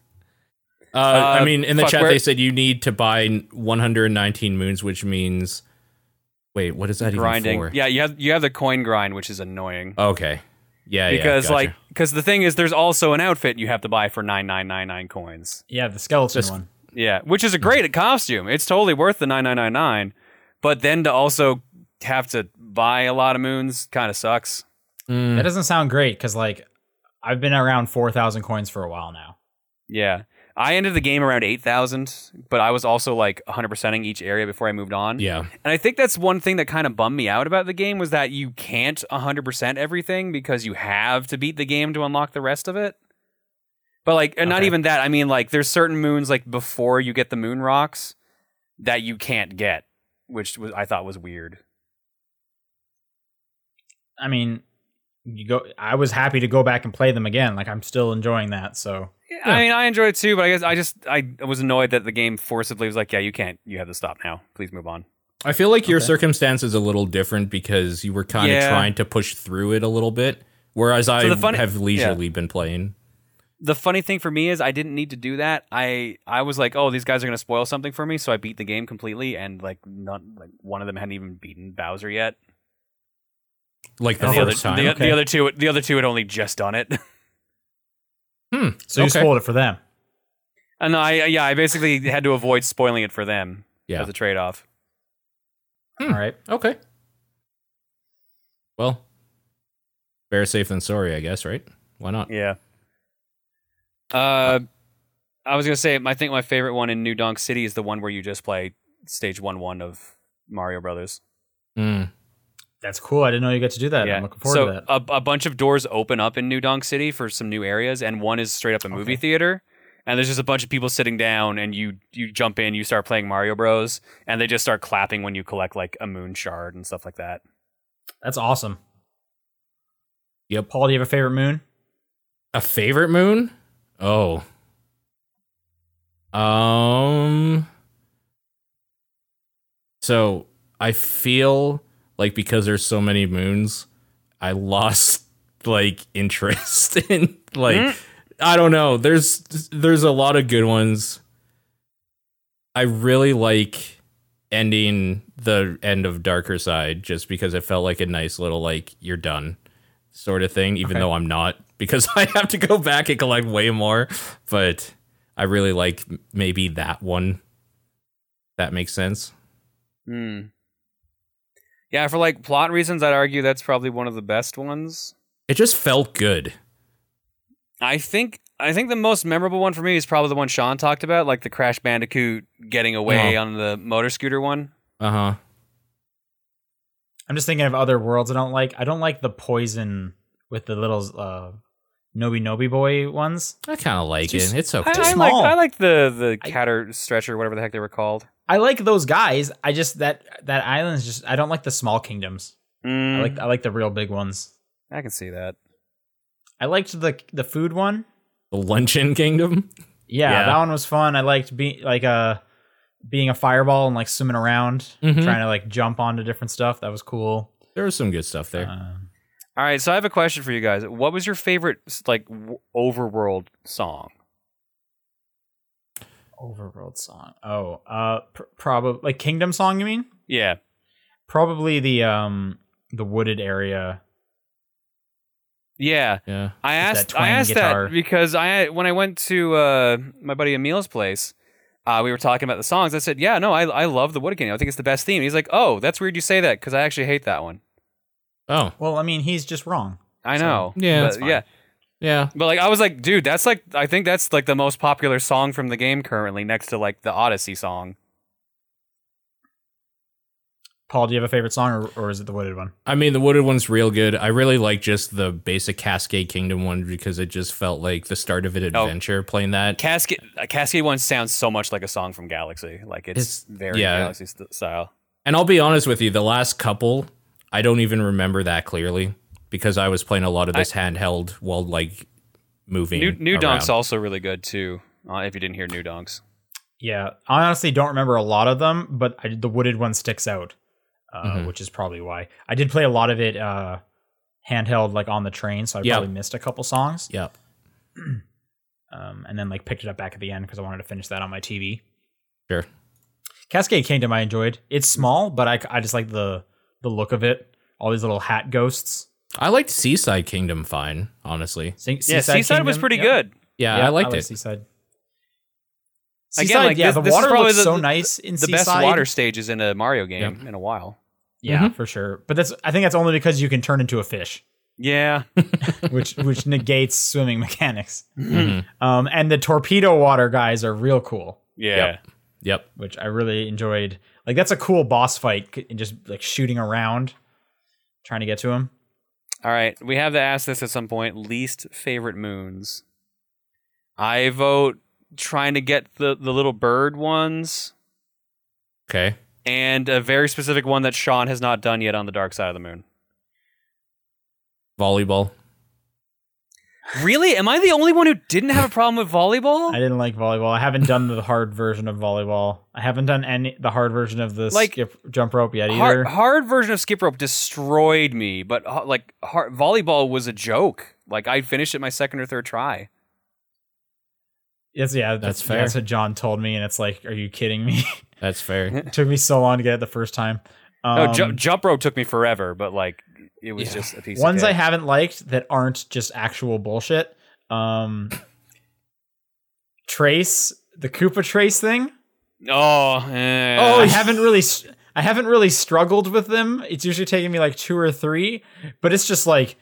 [SPEAKER 1] Uh, I
[SPEAKER 3] Uh,
[SPEAKER 1] mean, in the
[SPEAKER 3] fuck,
[SPEAKER 1] chat,
[SPEAKER 3] where-
[SPEAKER 1] they said you need to buy 119 moons, which means. Wait, what is that
[SPEAKER 3] Grinding.
[SPEAKER 1] even for?
[SPEAKER 3] Yeah, you have you have the coin grind, which is annoying.
[SPEAKER 1] Okay. Yeah,
[SPEAKER 3] because
[SPEAKER 1] yeah, gotcha.
[SPEAKER 3] like because the thing is there's also an outfit you have to buy for nine nine nine nine coins.
[SPEAKER 2] Yeah, the skeleton
[SPEAKER 1] Just-
[SPEAKER 2] one.
[SPEAKER 3] Yeah. Which is a
[SPEAKER 1] Hmm.
[SPEAKER 3] great costume. It's totally worth the nine nine nine nine. But then to also have to buy a lot of moons kinda sucks.
[SPEAKER 1] Mm.
[SPEAKER 2] That doesn't sound great because like I've been around four thousand coins for a while now.
[SPEAKER 3] Yeah. I ended the game around 8,000, but I was also like 100%ing each area before I moved on.
[SPEAKER 1] Yeah.
[SPEAKER 3] And I think that's one thing that kind of bummed me out about the game was that you can't 100% everything because you have to beat the game to unlock the rest of it. But like, and not
[SPEAKER 1] Okay.
[SPEAKER 3] even that. I mean, like, there's certain moons like before you get the moon rocks that you can't get, which was, I thought was weird.
[SPEAKER 2] I mean, you go. I was happy to go back and play them again. Like I'm still enjoying that. So
[SPEAKER 3] I mean, I enjoyed it too, but I guess I just I was annoyed that the game forcibly was like, yeah, you can't, you have to stop now. Please move on.
[SPEAKER 1] I feel like your
[SPEAKER 2] Okay.
[SPEAKER 1] circumstance is a little different because you were kind of
[SPEAKER 3] Yeah.
[SPEAKER 1] trying to push through it a little bit, whereas I
[SPEAKER 3] the funny-
[SPEAKER 1] have leisurely been playing.
[SPEAKER 3] the funny thing for me is I didn't need to do that. I I was like, oh, these guys are gonna spoil something for me, so I beat the game completely, and like not like one of them hadn't even beaten Bowser yet.
[SPEAKER 1] Like Oh, the
[SPEAKER 2] And
[SPEAKER 3] And the,
[SPEAKER 1] first
[SPEAKER 3] other,
[SPEAKER 1] time.
[SPEAKER 3] the,
[SPEAKER 2] okay.
[SPEAKER 3] the other two the other two had only just done it,
[SPEAKER 1] hmm.
[SPEAKER 2] so you
[SPEAKER 1] Okay.
[SPEAKER 2] spoiled it for them.
[SPEAKER 3] and I yeah I basically had to avoid spoiling it for them
[SPEAKER 1] Yeah.
[SPEAKER 3] as a trade off.
[SPEAKER 1] Hmm.
[SPEAKER 2] All right.
[SPEAKER 1] Okay. Well, better safe than sorry, I guess, right? Why not?
[SPEAKER 3] Yeah. Uh, I was gonna say I think my favorite one in New Donk City is the one where you just play stage one one of Mario Brothers.
[SPEAKER 1] Mm.
[SPEAKER 2] That's cool. I didn't know you got to do that. I'm looking forward
[SPEAKER 3] so
[SPEAKER 2] to that.
[SPEAKER 1] uh,
[SPEAKER 3] A, a bunch of doors open up in New Donk City for some new areas, and one is straight up a movie
[SPEAKER 2] Okay.
[SPEAKER 3] theater. And there's just a bunch of people sitting down, and you you jump in, you start playing Mario Bros, and they just start clapping when you collect like a moon shard and stuff like that.
[SPEAKER 2] That's awesome.
[SPEAKER 1] Yep.
[SPEAKER 2] Paul, do you have a favorite moon?
[SPEAKER 1] A favorite moon? Oh. Um. So I feel like because there's so many moons, I lost like interest in like
[SPEAKER 3] Mhm.
[SPEAKER 1] I don't know. There's there's a lot of good ones. I really like ending the end of Darker Side just because it felt like a nice little like you're done sort of thing, even
[SPEAKER 2] Okay.
[SPEAKER 1] though I'm not because I have to go back and collect way more. But I really like m- maybe that one. That makes sense.
[SPEAKER 3] Hmm. Yeah, for like plot reasons, I'd argue that's probably one of the best ones.
[SPEAKER 1] It just felt good.
[SPEAKER 3] I think I think the most memorable one for me is probably the one Sean talked about, like the Crash Bandicoot getting away
[SPEAKER 2] Oh.
[SPEAKER 3] on the motor scooter one.
[SPEAKER 1] Uh huh.
[SPEAKER 2] I'm just thinking of other worlds I don't like. I don't like the poison with the little uh, Nobi Nobi Boy ones.
[SPEAKER 1] I kind of like
[SPEAKER 2] It's just-
[SPEAKER 1] it. It's
[SPEAKER 3] I,
[SPEAKER 1] okay.
[SPEAKER 2] Too
[SPEAKER 3] I like
[SPEAKER 2] Oh, small.
[SPEAKER 3] I like the
[SPEAKER 2] I-
[SPEAKER 3] the catter stretcher, whatever the heck they were called.
[SPEAKER 2] I like those guys. I just that that island's just I don't like the small kingdoms.
[SPEAKER 3] Mm,
[SPEAKER 2] I like I like the real big ones.
[SPEAKER 3] I can see that.
[SPEAKER 2] I liked the the food one.
[SPEAKER 1] the Luncheon Kingdom.
[SPEAKER 2] Yeah,
[SPEAKER 1] Yeah.
[SPEAKER 2] that one was fun. I liked being like uh being a fireball and like swimming around,
[SPEAKER 1] Mhm.
[SPEAKER 2] trying to like jump onto different stuff. That was cool.
[SPEAKER 1] There was some good stuff there.
[SPEAKER 2] Um,
[SPEAKER 3] All right, so I have a question for you guys. What was your favorite like w- overworld song?
[SPEAKER 2] overworld song. Oh, uh, pr- probably like kingdom song. You mean?
[SPEAKER 3] Yeah.
[SPEAKER 2] Probably the um the wooded area.
[SPEAKER 3] Yeah.
[SPEAKER 1] yeah.
[SPEAKER 3] I
[SPEAKER 2] Just that
[SPEAKER 3] asked. I
[SPEAKER 2] twang
[SPEAKER 3] asked
[SPEAKER 2] guitar.
[SPEAKER 3] that because I when I went to uh, my buddy Emil's place, uh, we were talking about the songs. I said, "Yeah, no, I I love the Wood Kingdom. I think it's the best theme." He's like, "Oh, that's weird you say that because I actually hate that one."
[SPEAKER 1] Oh.
[SPEAKER 2] Well, I mean, he's just wrong.
[SPEAKER 3] I
[SPEAKER 2] So,
[SPEAKER 3] know.
[SPEAKER 1] yeah, that's
[SPEAKER 3] but,
[SPEAKER 2] fine.
[SPEAKER 3] yeah.
[SPEAKER 1] Yeah.
[SPEAKER 3] But like, I was like, dude, that's like, I think that's like the most popular song from the game currently, next to like the Odyssey song.
[SPEAKER 2] Paul, do you have a favorite song, or, or is it the wooded one?
[SPEAKER 1] I mean, the wooded one's real good. I really like just the basic Cascade Kingdom one because it just felt like the start of an
[SPEAKER 3] Oh.
[SPEAKER 1] adventure playing that.
[SPEAKER 3] Cascade, uh, Cascade one sounds so much like a song from Galaxy. Like it's,
[SPEAKER 1] It's-
[SPEAKER 3] very
[SPEAKER 1] yeah.
[SPEAKER 3] Galaxy st- style.
[SPEAKER 1] And I'll be honest with you, the last couple, I don't even remember that clearly because I was playing a lot of this handheld while like moving.
[SPEAKER 3] New New
[SPEAKER 1] around.
[SPEAKER 3] Donk's also really good too. Uh, if you didn't hear New Donk's,
[SPEAKER 2] Yeah, I honestly don't remember a lot of them, but I, the wooded one sticks out, uh,
[SPEAKER 3] Mm-hmm.
[SPEAKER 1] Mhm.
[SPEAKER 2] which is probably why I did play a lot of it uh, handheld, like on the train. So I
[SPEAKER 1] Yeah.
[SPEAKER 2] probably missed a couple songs,
[SPEAKER 1] Yep.
[SPEAKER 2] um, and then like picked it up back at the end because I wanted to finish that on my TV.
[SPEAKER 1] Sure.
[SPEAKER 2] Cascade Kingdom, I enjoyed. It's small, but I, c- I just like the the look of it. All these little hat ghosts.
[SPEAKER 1] I liked Seaside Kingdom fine, honestly.
[SPEAKER 2] Se-
[SPEAKER 3] yeah, Seaside, was
[SPEAKER 2] Kingdom,
[SPEAKER 3] pretty
[SPEAKER 2] yep.
[SPEAKER 3] good.
[SPEAKER 1] Yeah,
[SPEAKER 2] Yeah,
[SPEAKER 1] I liked it.
[SPEAKER 2] Seaside.
[SPEAKER 3] Again,
[SPEAKER 2] Seaside,
[SPEAKER 3] like,
[SPEAKER 2] yeah,
[SPEAKER 3] this-
[SPEAKER 2] the
[SPEAKER 3] this is
[SPEAKER 2] water
[SPEAKER 3] probably
[SPEAKER 2] looks
[SPEAKER 3] the-
[SPEAKER 2] so
[SPEAKER 3] the-
[SPEAKER 2] nice in
[SPEAKER 3] the
[SPEAKER 2] Seaside.
[SPEAKER 3] best water stages in a Mario game in a while.
[SPEAKER 2] yeah, for sure. But that's I think that's only because you can turn into a fish.
[SPEAKER 3] Yeah.
[SPEAKER 2] which which negates swimming mechanics.
[SPEAKER 1] Mhm.
[SPEAKER 2] Um, and the torpedo water guys are real cool,
[SPEAKER 3] Yeah.
[SPEAKER 1] Yep. Yep.
[SPEAKER 2] which I really enjoyed. Like that's a cool boss fight, c- and just like shooting around, trying to get to him.
[SPEAKER 3] All right. We have to ask this at some point. Least favorite moons. I vote trying to get the, the little bird ones
[SPEAKER 1] Okay.
[SPEAKER 3] and a very specific one that Sean has not done yet on the dark side of the moon.
[SPEAKER 1] Volleyball.
[SPEAKER 3] Really? Am I the only one who didn't have a problem with volleyball?
[SPEAKER 2] I didn't like volleyball. I haven't done the hard version of volleyball. I haven't done any the hard version of the
[SPEAKER 3] Like,
[SPEAKER 2] skip jump rope yet either.
[SPEAKER 3] hard, hard version of skip rope destroyed me, but ho- like hard, volleyball was a joke. Like I finished it my second or third try.
[SPEAKER 2] It's, yeah,
[SPEAKER 1] That's
[SPEAKER 2] that's
[SPEAKER 1] fair.
[SPEAKER 2] That's what John told me, and it's like, are you kidding me?
[SPEAKER 1] That's fair.
[SPEAKER 2] it took me so long to get it the first time. Um,
[SPEAKER 3] no, ju- jump rope took me forever, but like it was
[SPEAKER 1] Yeah.
[SPEAKER 3] just a piece. of
[SPEAKER 2] ones
[SPEAKER 3] cake.
[SPEAKER 2] I haven't liked that aren't just actual bullshit. Um, Trace, the Koopa Trace thing.
[SPEAKER 3] Oh, eh.
[SPEAKER 2] I haven't really, I haven't really struggled with them. It's usually taking me like two or three, but it's just like,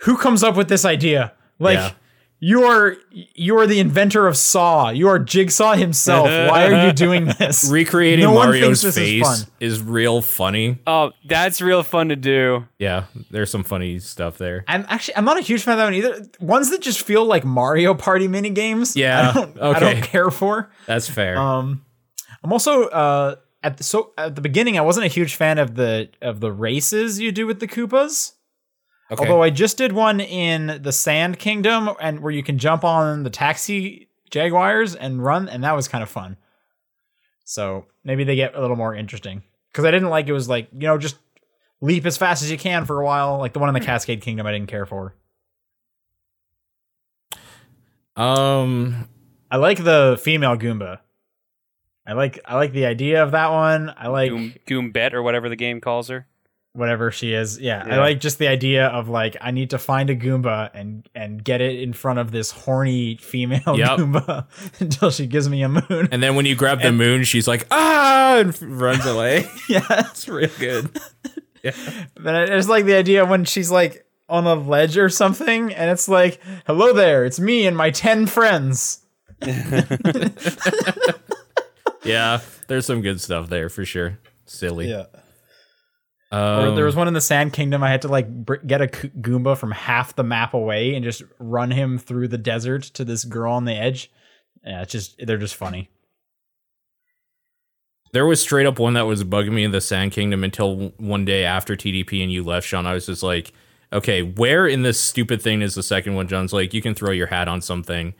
[SPEAKER 2] who comes up with this idea? Like.
[SPEAKER 1] Yeah.
[SPEAKER 2] You are you are the inventor of Saw. You are Jigsaw himself. Why are you doing this?
[SPEAKER 1] Recreating
[SPEAKER 2] No one
[SPEAKER 1] Mario's
[SPEAKER 2] thinks this is
[SPEAKER 1] face is,
[SPEAKER 2] fun.
[SPEAKER 1] real funny.
[SPEAKER 3] Oh, that's real fun to do.
[SPEAKER 1] Yeah, there's some funny stuff there.
[SPEAKER 2] I'm actually I'm not a huge fan of that one either. Ones that just feel like Mario Party mini games.
[SPEAKER 1] Yeah,
[SPEAKER 2] I don't, I
[SPEAKER 1] okay.
[SPEAKER 2] don't care for.
[SPEAKER 1] That's fair.
[SPEAKER 2] Um, I'm also uh at the, so at the beginning I wasn't a huge fan of the of the races you do with the Koopas.
[SPEAKER 1] okay.
[SPEAKER 2] Although I just did one in the Sand Kingdom and where you can jump on the taxi jaguars and run, and that was kind of fun. So maybe they get a little more interesting because I didn't like it was like you know just leap as fast as you can for a while, like the one in the
[SPEAKER 1] Hmm.
[SPEAKER 2] Cascade Kingdom I didn't care for.
[SPEAKER 1] um,
[SPEAKER 2] I like the female Goomba. I like I like the idea of that one. I like
[SPEAKER 3] Goom, Goombet or whatever the game calls her.
[SPEAKER 2] whatever she is. Yeah, I
[SPEAKER 3] Yeah.
[SPEAKER 2] like just the idea of like I need to find a Goomba and and get it in front of this horny female
[SPEAKER 1] Yep.
[SPEAKER 2] Goomba until she gives me a moon.
[SPEAKER 1] and then when you grab the moon, she's like ah, and f- runs away.
[SPEAKER 2] yeah,
[SPEAKER 1] it's real good.
[SPEAKER 2] but I just like the idea when she's like on a ledge or something, and it's like, "Hello there, it's me and my ten friends."
[SPEAKER 1] Yeah, there's some good stuff there for sure. Silly.
[SPEAKER 2] Or
[SPEAKER 1] Um,
[SPEAKER 2] there was one in the Sand Kingdom. I had to like br- get a K- Goomba from half the map away and just run him through the desert to this girl on the edge. Yeah, it's just they're just funny.
[SPEAKER 1] There was straight up one that was bugging me in the Sand Kingdom until one day after TDP and you left, Sean. I was just like, okay, where in this stupid thing is the second one? John's like, you can throw your hat on something.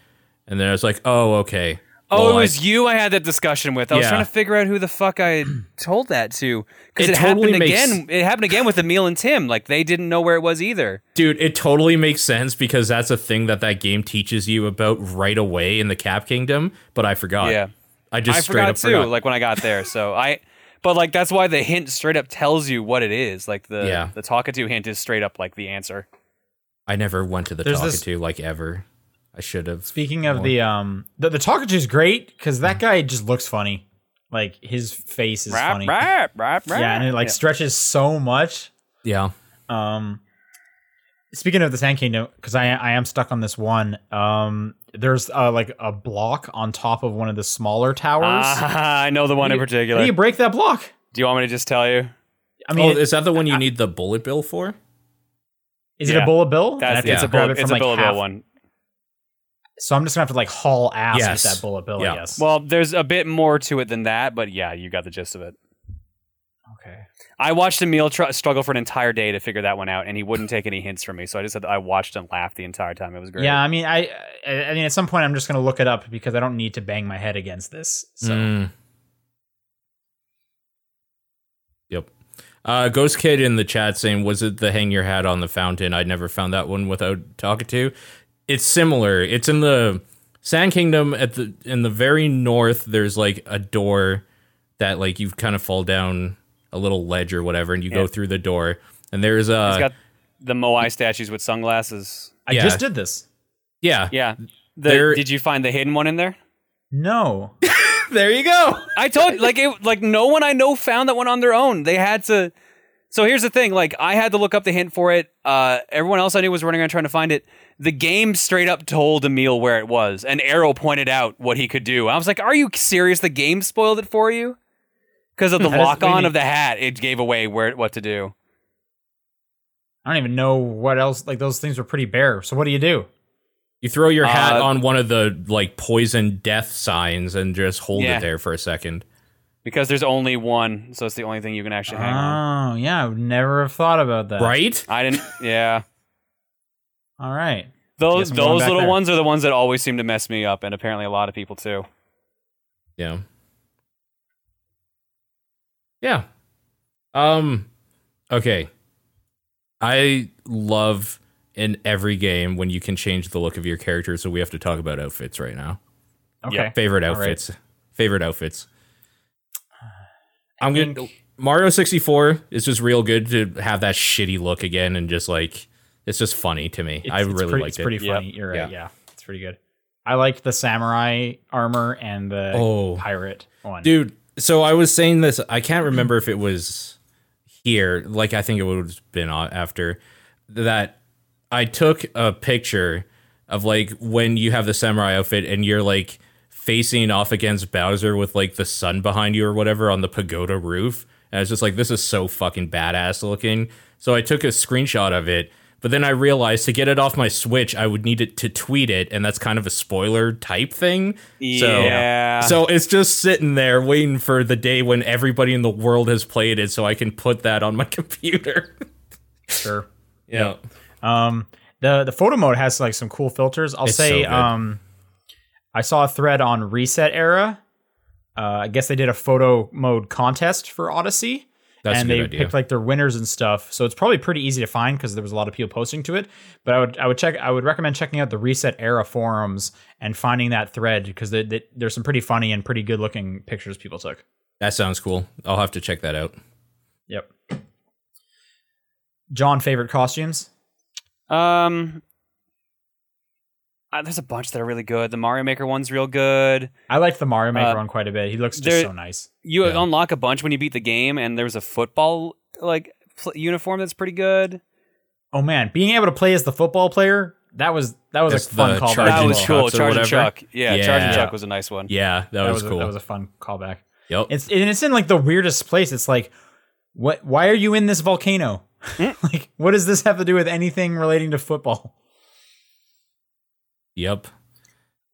[SPEAKER 1] And then I was like, oh, okay.
[SPEAKER 3] Oh,
[SPEAKER 1] Well,
[SPEAKER 3] it
[SPEAKER 1] I-
[SPEAKER 3] was you I had that discussion with. I was
[SPEAKER 1] Yeah.
[SPEAKER 3] trying to figure out who the fuck I told that to because
[SPEAKER 1] It
[SPEAKER 3] it,
[SPEAKER 1] totally
[SPEAKER 3] happened
[SPEAKER 1] makes-
[SPEAKER 3] again. It happened again with Emil and Tim. Like they didn't know where it was either.
[SPEAKER 1] Dude, it totally makes sense because that's a thing that that game teaches you about right away in the Cap Kingdom, but I forgot.
[SPEAKER 3] Yeah.
[SPEAKER 1] I just
[SPEAKER 3] I
[SPEAKER 1] straight
[SPEAKER 3] forgot
[SPEAKER 1] up
[SPEAKER 3] too.
[SPEAKER 1] forgot.
[SPEAKER 3] Like when I got there, so I. But like that's why the hint straight up tells you what it is. Like the
[SPEAKER 1] Yeah.
[SPEAKER 3] the Talkatoo hint is straight up like the answer.
[SPEAKER 1] I never went to the
[SPEAKER 2] There's this-
[SPEAKER 1] Talkatoo like ever. I should have.
[SPEAKER 2] Speaking of the um, the, the Talkagee's is great because that guy just looks funny. Like his face is
[SPEAKER 3] Rap,
[SPEAKER 2] funny.
[SPEAKER 3] rap, rap, rap.
[SPEAKER 2] Yeah, and it like stretches so much.
[SPEAKER 1] Yeah.
[SPEAKER 2] Um, speaking of the Sand Kingdom, because I I am stuck on this one. Um, there's uh, like a block on top of one of the smaller towers.
[SPEAKER 3] Ah, I know the one in
[SPEAKER 2] How
[SPEAKER 3] particular.
[SPEAKER 2] do you break that block?
[SPEAKER 3] Do you want me to just tell you?
[SPEAKER 2] I mean,
[SPEAKER 1] oh,
[SPEAKER 2] it-
[SPEAKER 1] is that the one you need the bullet bill for?
[SPEAKER 2] is it
[SPEAKER 3] yeah.
[SPEAKER 2] a bullet bill? And I
[SPEAKER 3] That's
[SPEAKER 2] have to
[SPEAKER 3] it's a
[SPEAKER 2] grab
[SPEAKER 3] bullet,
[SPEAKER 2] it from,
[SPEAKER 3] it's a
[SPEAKER 2] like,
[SPEAKER 3] bullet bill
[SPEAKER 2] half-
[SPEAKER 3] one.
[SPEAKER 2] So I'm just gonna have to like haul ass
[SPEAKER 1] Yes.
[SPEAKER 2] with that bullet bill.
[SPEAKER 1] Yeah.
[SPEAKER 2] I guess.
[SPEAKER 3] Well, there's a bit more to it than that, but yeah, you got the gist of it.
[SPEAKER 2] okay.
[SPEAKER 3] I watched Emil tr- struggle for an entire day to figure that one out, and he wouldn't take any hints from me. So I just said I watched him laugh the entire time. It was great.
[SPEAKER 2] Yeah, I mean, I, I, I mean, at some point, I'm just gonna look it up because I don't need to bang my head against this. So
[SPEAKER 1] Mm. Yep. Uh, Ghost Kid in the chat saying, "Was it the hang your hat on the fountain?" I never found that one without talking to. It's similar. It's in the Sand Kingdom at the in the very north. There's like a door that like you kind of fall down a little ledge or whatever, and you go
[SPEAKER 3] Yeah.
[SPEAKER 1] through the door. And there's a
[SPEAKER 3] He's got the Moai statues with sunglasses.
[SPEAKER 2] I
[SPEAKER 1] Yeah.
[SPEAKER 2] just did this.
[SPEAKER 1] yeah,
[SPEAKER 3] Yeah. The,
[SPEAKER 1] There-
[SPEAKER 3] did you find the hidden one in there?
[SPEAKER 2] No,
[SPEAKER 1] There you go.
[SPEAKER 3] I told like it like no one I know found that one on their own. They had to. So here's the thing: like I had to look up the hint for it. Uh, everyone else I knew was running around trying to find it. The game straight up told Emil where it was, and Arrow pointed out what he could do. I was like, "Are you serious? The game spoiled it for you because of the
[SPEAKER 2] That is-
[SPEAKER 3] lock
[SPEAKER 2] we
[SPEAKER 3] on
[SPEAKER 2] need-
[SPEAKER 3] of the hat. It gave away where what to do.
[SPEAKER 2] I don't even know what else. Like those things were pretty bare. So what do you do?
[SPEAKER 1] You throw your hat
[SPEAKER 3] Uh,
[SPEAKER 1] on one of the like poison death signs and just hold
[SPEAKER 3] Yeah.
[SPEAKER 1] it there for a second.
[SPEAKER 3] Because there's only one, so it's the only thing you can actually hang on.
[SPEAKER 2] Oh yeah, I would never have thought about
[SPEAKER 3] Uh,
[SPEAKER 2] that.
[SPEAKER 1] Right?
[SPEAKER 3] I didn't. Yeah,
[SPEAKER 2] All right. Yes,
[SPEAKER 3] those
[SPEAKER 2] I'm going
[SPEAKER 3] those
[SPEAKER 2] back
[SPEAKER 3] little
[SPEAKER 2] there.
[SPEAKER 3] ones are the ones that always seem to mess me up, and apparently a lot of people too.
[SPEAKER 1] Yeah. Yeah. Um okay. I love in every game when you can change the look of your character, so we have to talk about outfits right now.
[SPEAKER 2] Okay.
[SPEAKER 3] Yeah.
[SPEAKER 1] Favorite
[SPEAKER 2] All right.
[SPEAKER 1] outfits. Favorite outfits.
[SPEAKER 2] I
[SPEAKER 1] I'm gonna
[SPEAKER 2] think-
[SPEAKER 1] Mario 64 is just real good to have that shitty look again and just like it's just funny to me. I
[SPEAKER 2] It's- it's
[SPEAKER 1] really
[SPEAKER 2] pretty,
[SPEAKER 1] liked
[SPEAKER 2] it's
[SPEAKER 1] it.
[SPEAKER 2] pretty
[SPEAKER 3] Yep.
[SPEAKER 2] funny. You're right. Yeah. it's pretty good. I liked the samurai armor and the
[SPEAKER 1] Oh.
[SPEAKER 2] pirate one.
[SPEAKER 1] dude so i was saying this i can't remember if it was here like i think it would have been a- after that i took a picture of like when you have the samurai outfit and you're like facing off against bowser with like the sun behind you or whatever on the pagoda roof and i was just like this is so fucking badass looking so i took a screenshot of it but then i realized to get it off my switch i would need it to tweet it and that's kind of a spoiler type thing so
[SPEAKER 3] Yeah.
[SPEAKER 1] so it's just sitting there waiting for the day when everybody in the world has played it so I can put that on my computer.
[SPEAKER 2] Sure.
[SPEAKER 1] yeah.
[SPEAKER 2] Um, the the photo mode has like some cool filters. I'll
[SPEAKER 1] It's so
[SPEAKER 2] say,
[SPEAKER 1] good.
[SPEAKER 2] um, I saw a thread on Reset Era. Uh, I guess they did a photo mode contest for Odyssey,
[SPEAKER 1] That's
[SPEAKER 2] and
[SPEAKER 1] a
[SPEAKER 2] they
[SPEAKER 1] good idea.
[SPEAKER 2] picked like their winners and stuff. So it's probably pretty easy to find because there was a lot of people posting to it. But I would I would check I would recommend checking out the Reset Era forums and finding that thread because they, they, there's some pretty funny and pretty good looking pictures people took.
[SPEAKER 1] That sounds cool. I'll have to check that out.
[SPEAKER 2] Yep. John favorite costumes.
[SPEAKER 3] Um, uh, there's a bunch that are really good. The Mario Maker one's real good.
[SPEAKER 2] I liked the Mario Maker
[SPEAKER 3] Uh,
[SPEAKER 2] one quite a bit. He looks just
[SPEAKER 3] there-
[SPEAKER 2] so nice.
[SPEAKER 3] You
[SPEAKER 1] Yeah.
[SPEAKER 3] unlock a bunch when you beat the game, and there's a football like pl- uniform that's pretty good.
[SPEAKER 2] Oh man, being able to play as the football player that was that was
[SPEAKER 1] That's
[SPEAKER 2] a fun
[SPEAKER 1] the
[SPEAKER 2] callback.
[SPEAKER 1] Charging
[SPEAKER 3] that was cool.
[SPEAKER 1] Chucks or
[SPEAKER 3] Charging
[SPEAKER 1] whatever.
[SPEAKER 3] Chuck. Yeah,
[SPEAKER 1] Yeah.
[SPEAKER 3] Charging Chuck was a nice one.
[SPEAKER 1] Yeah, that,
[SPEAKER 2] That
[SPEAKER 1] was,
[SPEAKER 2] a-
[SPEAKER 1] cool.
[SPEAKER 2] that was a fun callback.
[SPEAKER 1] yep.
[SPEAKER 2] It's and it's in like the weirdest place. It's like, what? Why are you in this volcano? like, what does this have to do with anything relating to football?
[SPEAKER 1] yep.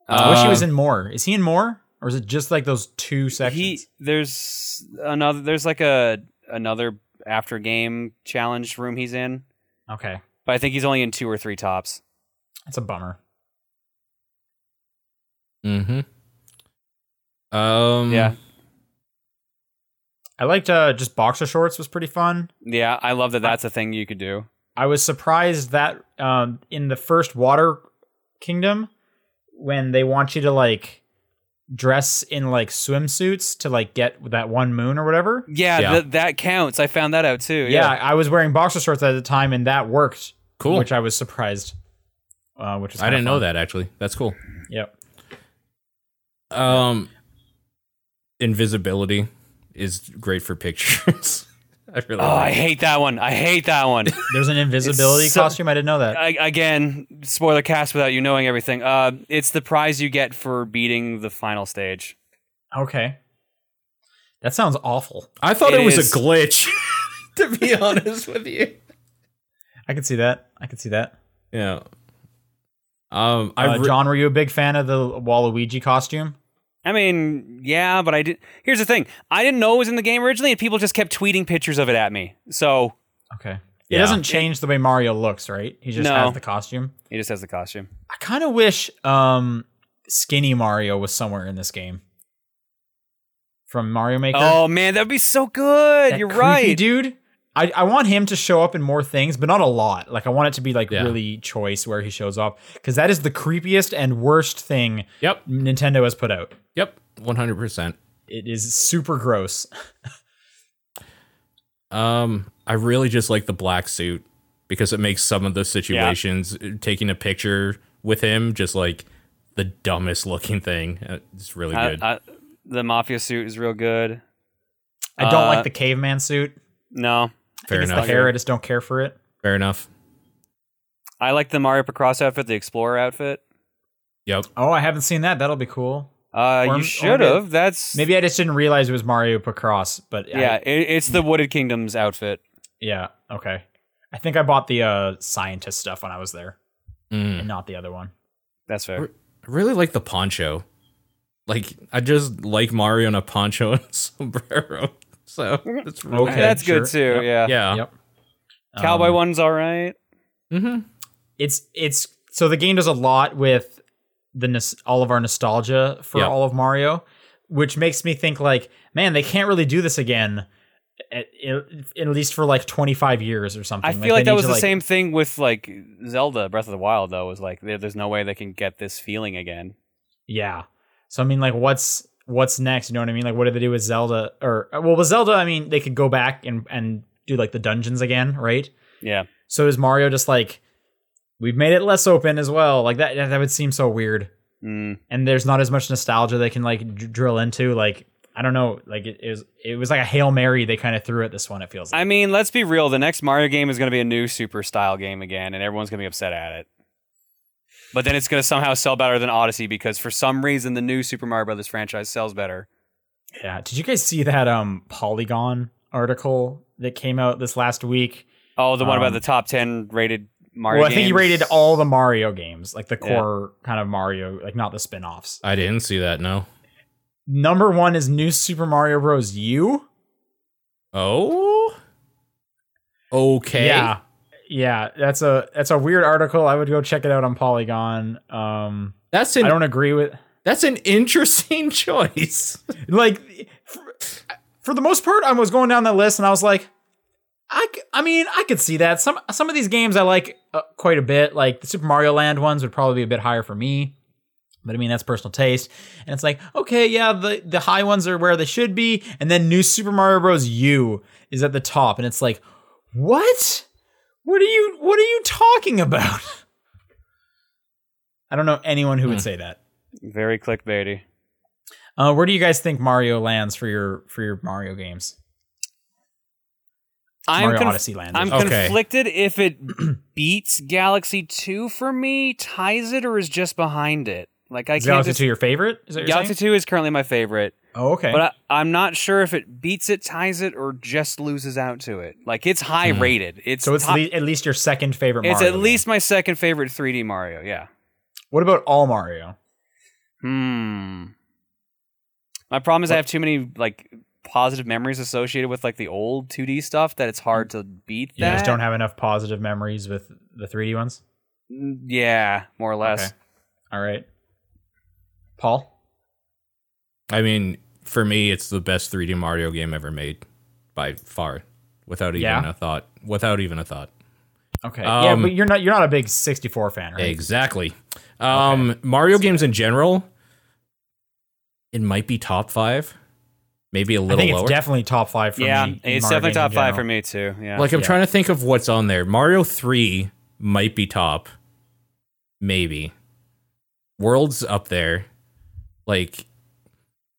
[SPEAKER 2] I wish he was
[SPEAKER 1] Uh,
[SPEAKER 2] in more. Is he in more, or is it just like those two sections?
[SPEAKER 3] Um, He there's another there's like a another after game challenge room he's in,
[SPEAKER 2] okay,
[SPEAKER 3] but I think he's only in two or three tops.
[SPEAKER 2] that's a bummer.
[SPEAKER 1] Mm-hmm.
[SPEAKER 2] Mm.
[SPEAKER 1] Um,
[SPEAKER 3] Yeah.
[SPEAKER 2] I liked uh, just boxer shorts was pretty fun.
[SPEAKER 3] Yeah, I love that. That's a thing you could do.
[SPEAKER 2] I was surprised that um, in the first Water Kingdom, when they want you to like dress in like swimsuits to like get that one moon or whatever.
[SPEAKER 3] Yeah,
[SPEAKER 1] Yeah.
[SPEAKER 3] th- that counts. I found that out too.
[SPEAKER 2] yeah,
[SPEAKER 3] Yeah,
[SPEAKER 2] I was wearing boxer shorts at the time, and that worked.
[SPEAKER 1] Cool.
[SPEAKER 2] which I was surprised. Uh, which is
[SPEAKER 1] I didn't know that actually. That's cool.
[SPEAKER 2] Yep.
[SPEAKER 1] Um, invisibility is great for pictures. I really.
[SPEAKER 3] Oh, I
[SPEAKER 1] like it.
[SPEAKER 3] hate that one. I hate that one.
[SPEAKER 2] There's an invisibility
[SPEAKER 3] It's so-
[SPEAKER 2] costume. I didn't know that.
[SPEAKER 3] I, again, spoiler cast without you knowing everything. Uh, it's the prize you get for beating the final stage.
[SPEAKER 2] Okay. That sounds awful.
[SPEAKER 1] I thought
[SPEAKER 3] it
[SPEAKER 1] it, was
[SPEAKER 3] is-
[SPEAKER 1] a glitch. to be honest with you.
[SPEAKER 2] I can see that. I can see that.
[SPEAKER 1] Yeah. Um, I
[SPEAKER 2] Uh,
[SPEAKER 1] re-
[SPEAKER 2] John, were you a big fan of the Waluigi costume?
[SPEAKER 3] I mean, yeah, but I did. Here's the thing: I didn't know it was in the game originally, and people just kept tweeting pictures of it at me. So
[SPEAKER 2] Okay. It
[SPEAKER 1] Yeah.
[SPEAKER 2] doesn't change the way Mario looks, right? He just
[SPEAKER 3] No.
[SPEAKER 2] has the costume.
[SPEAKER 3] he just has the costume.
[SPEAKER 2] I kind of wish um, Skinny Mario was somewhere in this game. From Mario Maker.
[SPEAKER 3] Oh man, that'd be so good.
[SPEAKER 2] That
[SPEAKER 3] You're
[SPEAKER 2] creepy
[SPEAKER 3] right.
[SPEAKER 2] dude. I, I want him to show up in more things, but not a lot. Like I want it to be like
[SPEAKER 1] Yeah.
[SPEAKER 2] really choice where he shows up because that is the creepiest and worst thing
[SPEAKER 1] yep.
[SPEAKER 2] Nintendo has put out.
[SPEAKER 1] Yep. One hundred percent.
[SPEAKER 2] It is super gross.
[SPEAKER 1] Um, I really just like the black suit because it makes some of the situations uh, taking a picture with him just like the dumbest looking thing. Uh, It's really
[SPEAKER 3] I-
[SPEAKER 1] good.
[SPEAKER 3] I- the mafia suit is real good.
[SPEAKER 2] I don't
[SPEAKER 3] Uh,
[SPEAKER 2] like the caveman suit.
[SPEAKER 3] No,
[SPEAKER 1] Fair
[SPEAKER 2] It's the
[SPEAKER 1] enough.
[SPEAKER 2] hair. I just don't care for it.
[SPEAKER 1] Fair enough.
[SPEAKER 3] I like the Mario Picross outfit, the Explorer outfit.
[SPEAKER 1] Yep.
[SPEAKER 2] Oh, I haven't seen that. That'll be cool.
[SPEAKER 3] Uh,
[SPEAKER 2] Or- or
[SPEAKER 3] you should
[SPEAKER 2] maybe-
[SPEAKER 3] have. That's
[SPEAKER 2] Maybe I just didn't realize it was Mario Picross, but I-
[SPEAKER 3] yeah. it, it's the Wooded Kingdoms outfit.
[SPEAKER 2] yeah. Okay. I think I bought the uh, scientist stuff when I was there,
[SPEAKER 1] Mm.
[SPEAKER 2] and not the other one.
[SPEAKER 3] That's fair.
[SPEAKER 1] I really like the poncho. Like I just like Mario in a poncho and sombrero. So it's really
[SPEAKER 2] Okay.
[SPEAKER 1] good.
[SPEAKER 3] That's good
[SPEAKER 2] sure.
[SPEAKER 3] too.
[SPEAKER 2] Yep.
[SPEAKER 3] Yeah.
[SPEAKER 1] Yeah.
[SPEAKER 2] Yep.
[SPEAKER 3] Cowboy
[SPEAKER 2] Um,
[SPEAKER 3] one's all right.
[SPEAKER 1] Mm-hmm.
[SPEAKER 2] it's it's so the game does a lot with the nos- all of our nostalgia for
[SPEAKER 1] Yeah.
[SPEAKER 2] all of Mario, which makes me think like, man, they can't really do this again, at, at, at least for like twenty five years or something.
[SPEAKER 3] I feel like
[SPEAKER 2] they
[SPEAKER 3] that
[SPEAKER 2] need
[SPEAKER 3] was
[SPEAKER 2] to,
[SPEAKER 3] the same thing with like Zelda Breath of the Wild though. Was like there, there's no way they can get this feeling again.
[SPEAKER 2] Yeah. So I mean, like, what's what's next? You know what I mean? Like, what do they do with Zelda? Or well, with Zelda, I mean, they could go back and and do like the dungeons again, right?
[SPEAKER 3] Yeah.
[SPEAKER 2] So is Mario just like we've made it less open as well? Like that that would seem so weird.
[SPEAKER 3] Mm.
[SPEAKER 2] and there's not as much nostalgia they can like d- drill into. Like I don't know, like it, it was it was like a hail mary they kind of threw at this one. It feels like
[SPEAKER 3] I mean, let's be real. The next Mario game is going to be a new super style game again, and everyone's going to be upset at it. But then it's going to somehow sell better than Odyssey because for some reason the new Super Mario Brothers franchise sells better.
[SPEAKER 2] yeah. Did you guys see that um Polygon article that came out this last week?
[SPEAKER 3] Oh, the one
[SPEAKER 2] Um,
[SPEAKER 3] about the top ten rated Mario.
[SPEAKER 2] well, I think he
[SPEAKER 3] games.
[SPEAKER 2] rated all the Mario games, like the
[SPEAKER 3] Yeah.
[SPEAKER 2] core kind of Mario, like not the spin-offs.
[SPEAKER 1] I didn't see that, no.
[SPEAKER 2] Number one is New Super Mario Bros. U.
[SPEAKER 1] Oh. Okay.
[SPEAKER 2] Yeah. Yeah, that's a that's a weird article. I would go check it out on Polygon. Um,
[SPEAKER 1] That's
[SPEAKER 2] I
[SPEAKER 1] an
[SPEAKER 2] don't agree with.
[SPEAKER 1] that's an interesting choice.
[SPEAKER 2] like for, for the most part i was going down that list and i was like I, c- I mean i could see that some some of these games i like uh, quite a bit like the super mario land ones would probably be a bit higher for me but i mean that's personal taste and it's like okay yeah the, the high ones are where they should be and then new super mario bros u is at the top and it's like what what are you what are you talking about i don't know anyone who
[SPEAKER 1] Hmm.
[SPEAKER 2] would say that
[SPEAKER 3] very clickbaity.
[SPEAKER 2] uh, where do you guys think Mario lands for your for your Mario games?
[SPEAKER 3] I'm
[SPEAKER 2] Mario
[SPEAKER 3] conf-
[SPEAKER 2] Odyssey Oh, Land.
[SPEAKER 3] I'm
[SPEAKER 1] Okay.
[SPEAKER 3] conflicted if it beats Galaxy 2 for me, ties it, or is just behind it. Like I
[SPEAKER 2] is
[SPEAKER 3] can't
[SPEAKER 2] Galaxy
[SPEAKER 3] just-
[SPEAKER 2] Two your favorite? Is that what you're
[SPEAKER 3] Galaxy
[SPEAKER 2] saying?
[SPEAKER 3] 2 is currently my favorite,
[SPEAKER 2] Oh, okay.
[SPEAKER 3] but I, I'm not sure if it beats it, ties it, or just loses out to it. Like it's high
[SPEAKER 2] Hmm.
[SPEAKER 3] rated. It's
[SPEAKER 2] so it's
[SPEAKER 3] top-
[SPEAKER 2] le- at least your second favorite.
[SPEAKER 3] it's
[SPEAKER 2] Mario
[SPEAKER 3] at
[SPEAKER 2] game.
[SPEAKER 3] least my second favorite 3D Mario. Yeah.
[SPEAKER 2] What about all Mario?
[SPEAKER 3] Hmm. My problem is I have too many like positive memories associated with like the old 2D stuff that it's
[SPEAKER 2] Hmm.
[SPEAKER 3] hard to beat.
[SPEAKER 2] You just
[SPEAKER 3] that.
[SPEAKER 2] don't have enough positive memories with the 3D ones.
[SPEAKER 3] Mm, Yeah, more or less.
[SPEAKER 2] Okay. All right, Paul.
[SPEAKER 1] I mean, for me, it's the best 3D Mario game ever made by far, without even
[SPEAKER 2] Yeah.
[SPEAKER 1] a thought. Without even a thought.
[SPEAKER 2] Okay. yeah,
[SPEAKER 1] Um,
[SPEAKER 2] but you're not you're not a big 64 fan, right?
[SPEAKER 1] Exactly. Um, Mario games in general, it might be top five, maybe a
[SPEAKER 2] I
[SPEAKER 1] little
[SPEAKER 2] think
[SPEAKER 1] lower.
[SPEAKER 2] it's definitely top five for
[SPEAKER 3] yeah,
[SPEAKER 2] me.
[SPEAKER 3] it's
[SPEAKER 2] Mario
[SPEAKER 3] definitely
[SPEAKER 2] games
[SPEAKER 3] top
[SPEAKER 2] in
[SPEAKER 3] five for
[SPEAKER 2] general.
[SPEAKER 3] me too. Yeah.
[SPEAKER 1] like I'm
[SPEAKER 2] Yeah.
[SPEAKER 1] trying to think of what's on there. Mario Three might be top, maybe. Worlds up there, like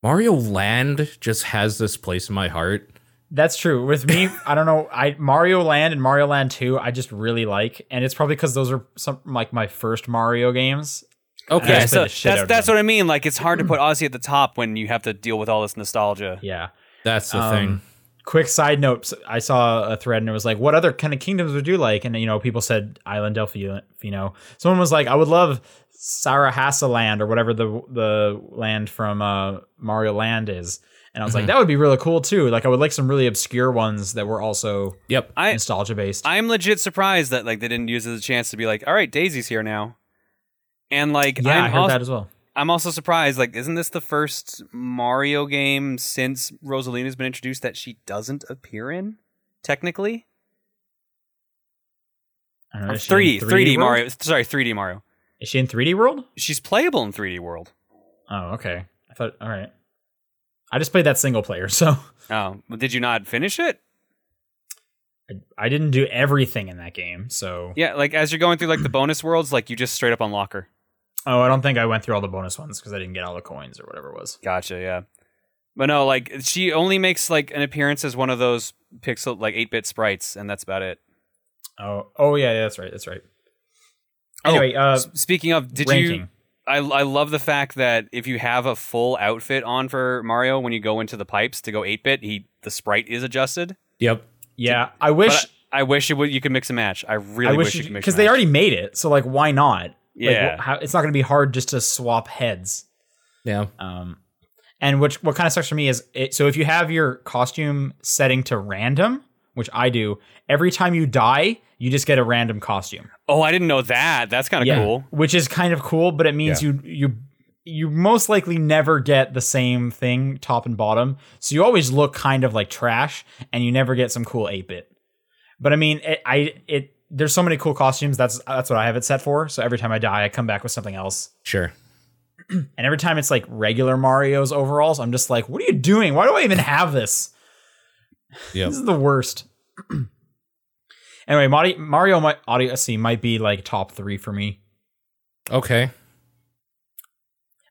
[SPEAKER 1] Mario Land just has this place in my heart.
[SPEAKER 2] That's true. With me, I don't know. I Mario Land and Mario Land 2, I just really like, and it's probably because those are some like my first Mario games.
[SPEAKER 1] Okay,
[SPEAKER 2] Yeah,
[SPEAKER 3] yeah,
[SPEAKER 2] I played
[SPEAKER 3] so
[SPEAKER 2] the shit out
[SPEAKER 3] that's
[SPEAKER 2] of
[SPEAKER 3] that's
[SPEAKER 2] them.
[SPEAKER 3] what I mean. Like it's hard to put Ozzy at the top when you have to deal with all this nostalgia.
[SPEAKER 2] Yeah.
[SPEAKER 1] that's the
[SPEAKER 2] Um,
[SPEAKER 1] thing.
[SPEAKER 2] Quick side note: so I saw a thread and it was like, "What other kind of kingdoms would you like?" And you know, people said Island Delfino. Someone was like, "I would love Sarahassa Land or whatever the the land from uh, Mario Land is." And I
[SPEAKER 3] Mm-hmm.
[SPEAKER 2] was like, "That would be really cool too. Like, I would like some really obscure ones that were also
[SPEAKER 1] Yep.
[SPEAKER 3] I
[SPEAKER 2] nostalgia based."
[SPEAKER 3] I'm legit surprised that like they didn't use it as a chance to be like, all right, Daisy's here now. And like
[SPEAKER 2] Yeah, i
[SPEAKER 3] I'm,
[SPEAKER 2] heard
[SPEAKER 3] also,
[SPEAKER 2] that as well.
[SPEAKER 3] I'm also surprised. Like, isn't this the first Mario game since Rosalina's been introduced that she doesn't appear in? Technically,
[SPEAKER 2] I don't
[SPEAKER 3] Or
[SPEAKER 2] know, is she in
[SPEAKER 3] 3D, 3D,
[SPEAKER 2] world?
[SPEAKER 3] Mario. Sorry, 3D Mario.
[SPEAKER 2] Is she in 3D World?
[SPEAKER 3] She's playable in 3D World.
[SPEAKER 2] Oh, okay. I thought. All right. I just played that single player, so
[SPEAKER 3] Oh, well, did you not finish it?
[SPEAKER 2] I, I didn't do everything in that game. So
[SPEAKER 3] Yeah, like as you're going through like the bonus worlds, like you just straight up unlock her.
[SPEAKER 2] Oh, I don't think I went through all the bonus ones because I didn't get all the coins or whatever it was.
[SPEAKER 3] Gotcha, yeah. But no, like she only makes like an appearance as one of those pixel like eight bit sprites, and that's about it.
[SPEAKER 2] Oh, oh yeah, yeah that's right, that's right.
[SPEAKER 3] Oh,
[SPEAKER 2] Anyway, uh,
[SPEAKER 3] S- Speaking of, did
[SPEAKER 2] ranking.
[SPEAKER 3] you? I I love the fact that if you have a full outfit on for Mario when you go into the pipes to go eight bit, he the sprite is adjusted.
[SPEAKER 1] Yep.
[SPEAKER 2] yeah, I wish,
[SPEAKER 3] But I, I wish it would, you could mix and match. I really
[SPEAKER 2] I
[SPEAKER 3] wish,
[SPEAKER 2] wish
[SPEAKER 3] you could mix
[SPEAKER 2] because
[SPEAKER 3] and
[SPEAKER 2] they
[SPEAKER 3] match.
[SPEAKER 2] already made it, so like, why not?
[SPEAKER 3] Yeah.
[SPEAKER 2] like, wh- how, it's not going to be hard just to swap heads.
[SPEAKER 1] Yeah.
[SPEAKER 2] Um, and which what kind of sucks for me is it, so if you have your costume setting to random, which I do, every time you die, you just get a random costume.
[SPEAKER 3] Oh, I didn't know that. That's kind of cool.
[SPEAKER 2] Which is kind of cool, but it means you you you most likely never get the same thing top and bottom. So you always look kind of like trash and you never get some cool 8-bit. But I mean, it, I it there's so many cool costumes. That's that's what I have it set for. So every time I die, I come back with something else.
[SPEAKER 1] Sure.
[SPEAKER 2] And every time it's like regular Mario's overalls, I'm just like, what are you doing? Why do I even have this?
[SPEAKER 1] Yep.
[SPEAKER 2] This is the worst. anyway, Mari- Mario Mi- Odyssey might be like top three for me.
[SPEAKER 1] okay.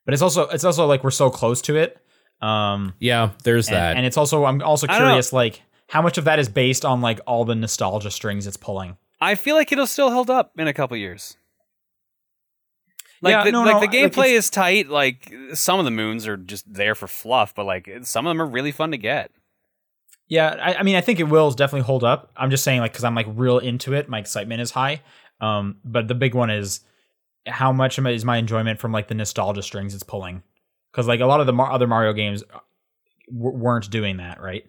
[SPEAKER 2] but it's also it's also like we're so close to it um
[SPEAKER 1] Yeah. There's
[SPEAKER 2] and,
[SPEAKER 1] that.
[SPEAKER 2] and it's also i'm also
[SPEAKER 3] I don't know.
[SPEAKER 2] curious like how much of that is based on like all the nostalgia strings it's pulling
[SPEAKER 3] I feel like it'll still hold up in a couple years. Like,
[SPEAKER 2] Yeah,
[SPEAKER 3] the,
[SPEAKER 2] no,
[SPEAKER 3] like
[SPEAKER 2] no,
[SPEAKER 3] the
[SPEAKER 2] like,
[SPEAKER 3] gameplay
[SPEAKER 2] it's-
[SPEAKER 3] is tight. Like some of the moons are just there for fluff, but like some of them are really fun to get.
[SPEAKER 2] yeah i, I mean i think it will definitely hold up i'm just saying like because i'm like real into it my excitement is high um but the big one is how much am I- is my enjoyment from like the nostalgia strings it's pulling because like a lot of the mar- other mario games uh, w- weren't doing that right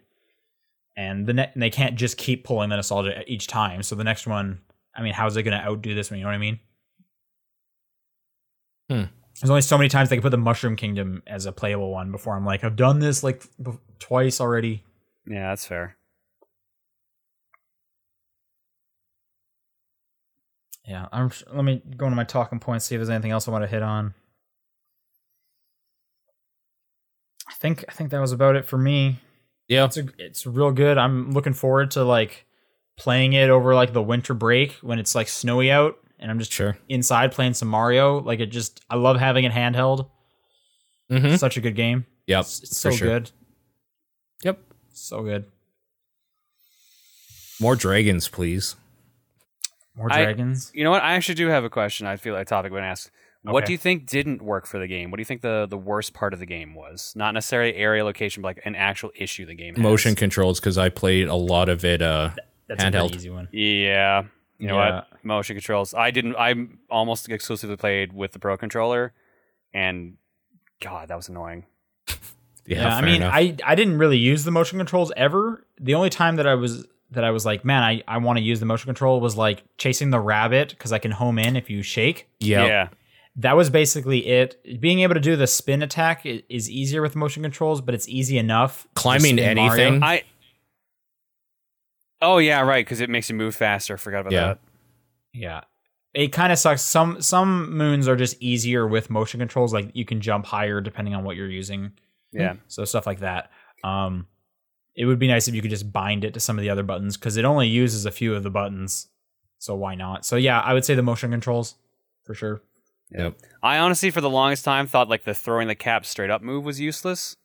[SPEAKER 2] and the ne- and they can't just keep pulling the nostalgia e-, each time so the next one i mean how's it going to outdo this one you know what i mean
[SPEAKER 1] Hmm.
[SPEAKER 2] there's only so many times they can put the mushroom kingdom as a playable one before i'm like i've done this like b- twice already
[SPEAKER 3] Yeah, that's fair.
[SPEAKER 2] yeah i'm sh- let me go into my talking points see if there's anything else i want to hit on i think i think that was about it for me
[SPEAKER 1] yeah.
[SPEAKER 2] it's a, it's real good. I'm looking forward to like playing it over like the winter break when it's like snowy out and I'm just
[SPEAKER 1] Sure.
[SPEAKER 2] inside playing some Mario. Like it just I love having it handheld.
[SPEAKER 1] Mm-hmm.
[SPEAKER 2] It's Such a good game.
[SPEAKER 1] Yep.
[SPEAKER 2] It's, it's so
[SPEAKER 1] for sure.
[SPEAKER 2] good.
[SPEAKER 1] Yep.
[SPEAKER 2] So good.
[SPEAKER 1] More dragons, please.
[SPEAKER 2] More
[SPEAKER 3] I-
[SPEAKER 2] dragons.
[SPEAKER 3] You know what? I actually do have a question. I feel like topic when asked. What
[SPEAKER 2] Okay.
[SPEAKER 3] do you think didn't work for the game? What do you think the, the worst part of the game was? Not necessarily area location, but like an actual issue the game has.
[SPEAKER 1] Motion controls because I played a lot of it. Uh,
[SPEAKER 2] That's a
[SPEAKER 1] handheld.
[SPEAKER 2] pretty easy one.
[SPEAKER 3] Yeah. You know what? Motion controls. I didn't. I almost exclusively played with the pro controller, and God, that was annoying.
[SPEAKER 1] yeah,
[SPEAKER 2] Yeah, I
[SPEAKER 1] fair
[SPEAKER 2] mean,
[SPEAKER 1] enough.
[SPEAKER 2] I I didn't really use the motion controls ever. The only time that I was that I was like, man, I I want to use the motion control was like chasing the rabbit because I can home in if you shake.
[SPEAKER 1] yeah,
[SPEAKER 3] Yeah.
[SPEAKER 2] That was basically it. Being able to do the spin attack i- is easier with motion controls, but it's easy enough. to
[SPEAKER 1] Climbing
[SPEAKER 2] spin Mario.
[SPEAKER 1] anything?
[SPEAKER 3] I. Oh yeah, right. Because it makes you move faster. Forgot about
[SPEAKER 1] Yeah.
[SPEAKER 3] that.
[SPEAKER 2] Yeah. It kind of sucks. Some some moons are just easier with motion controls. Like you can jump higher depending on what you're using.
[SPEAKER 3] Yeah.
[SPEAKER 2] So stuff like that. Um, it would be nice if you could just bind it to some of the other buttons because it only uses a few of the buttons. So why not? So yeah, I would say the motion controls for sure.
[SPEAKER 1] Yep.
[SPEAKER 3] I honestly, for the longest time, thought like the throwing the cap straight up move was useless,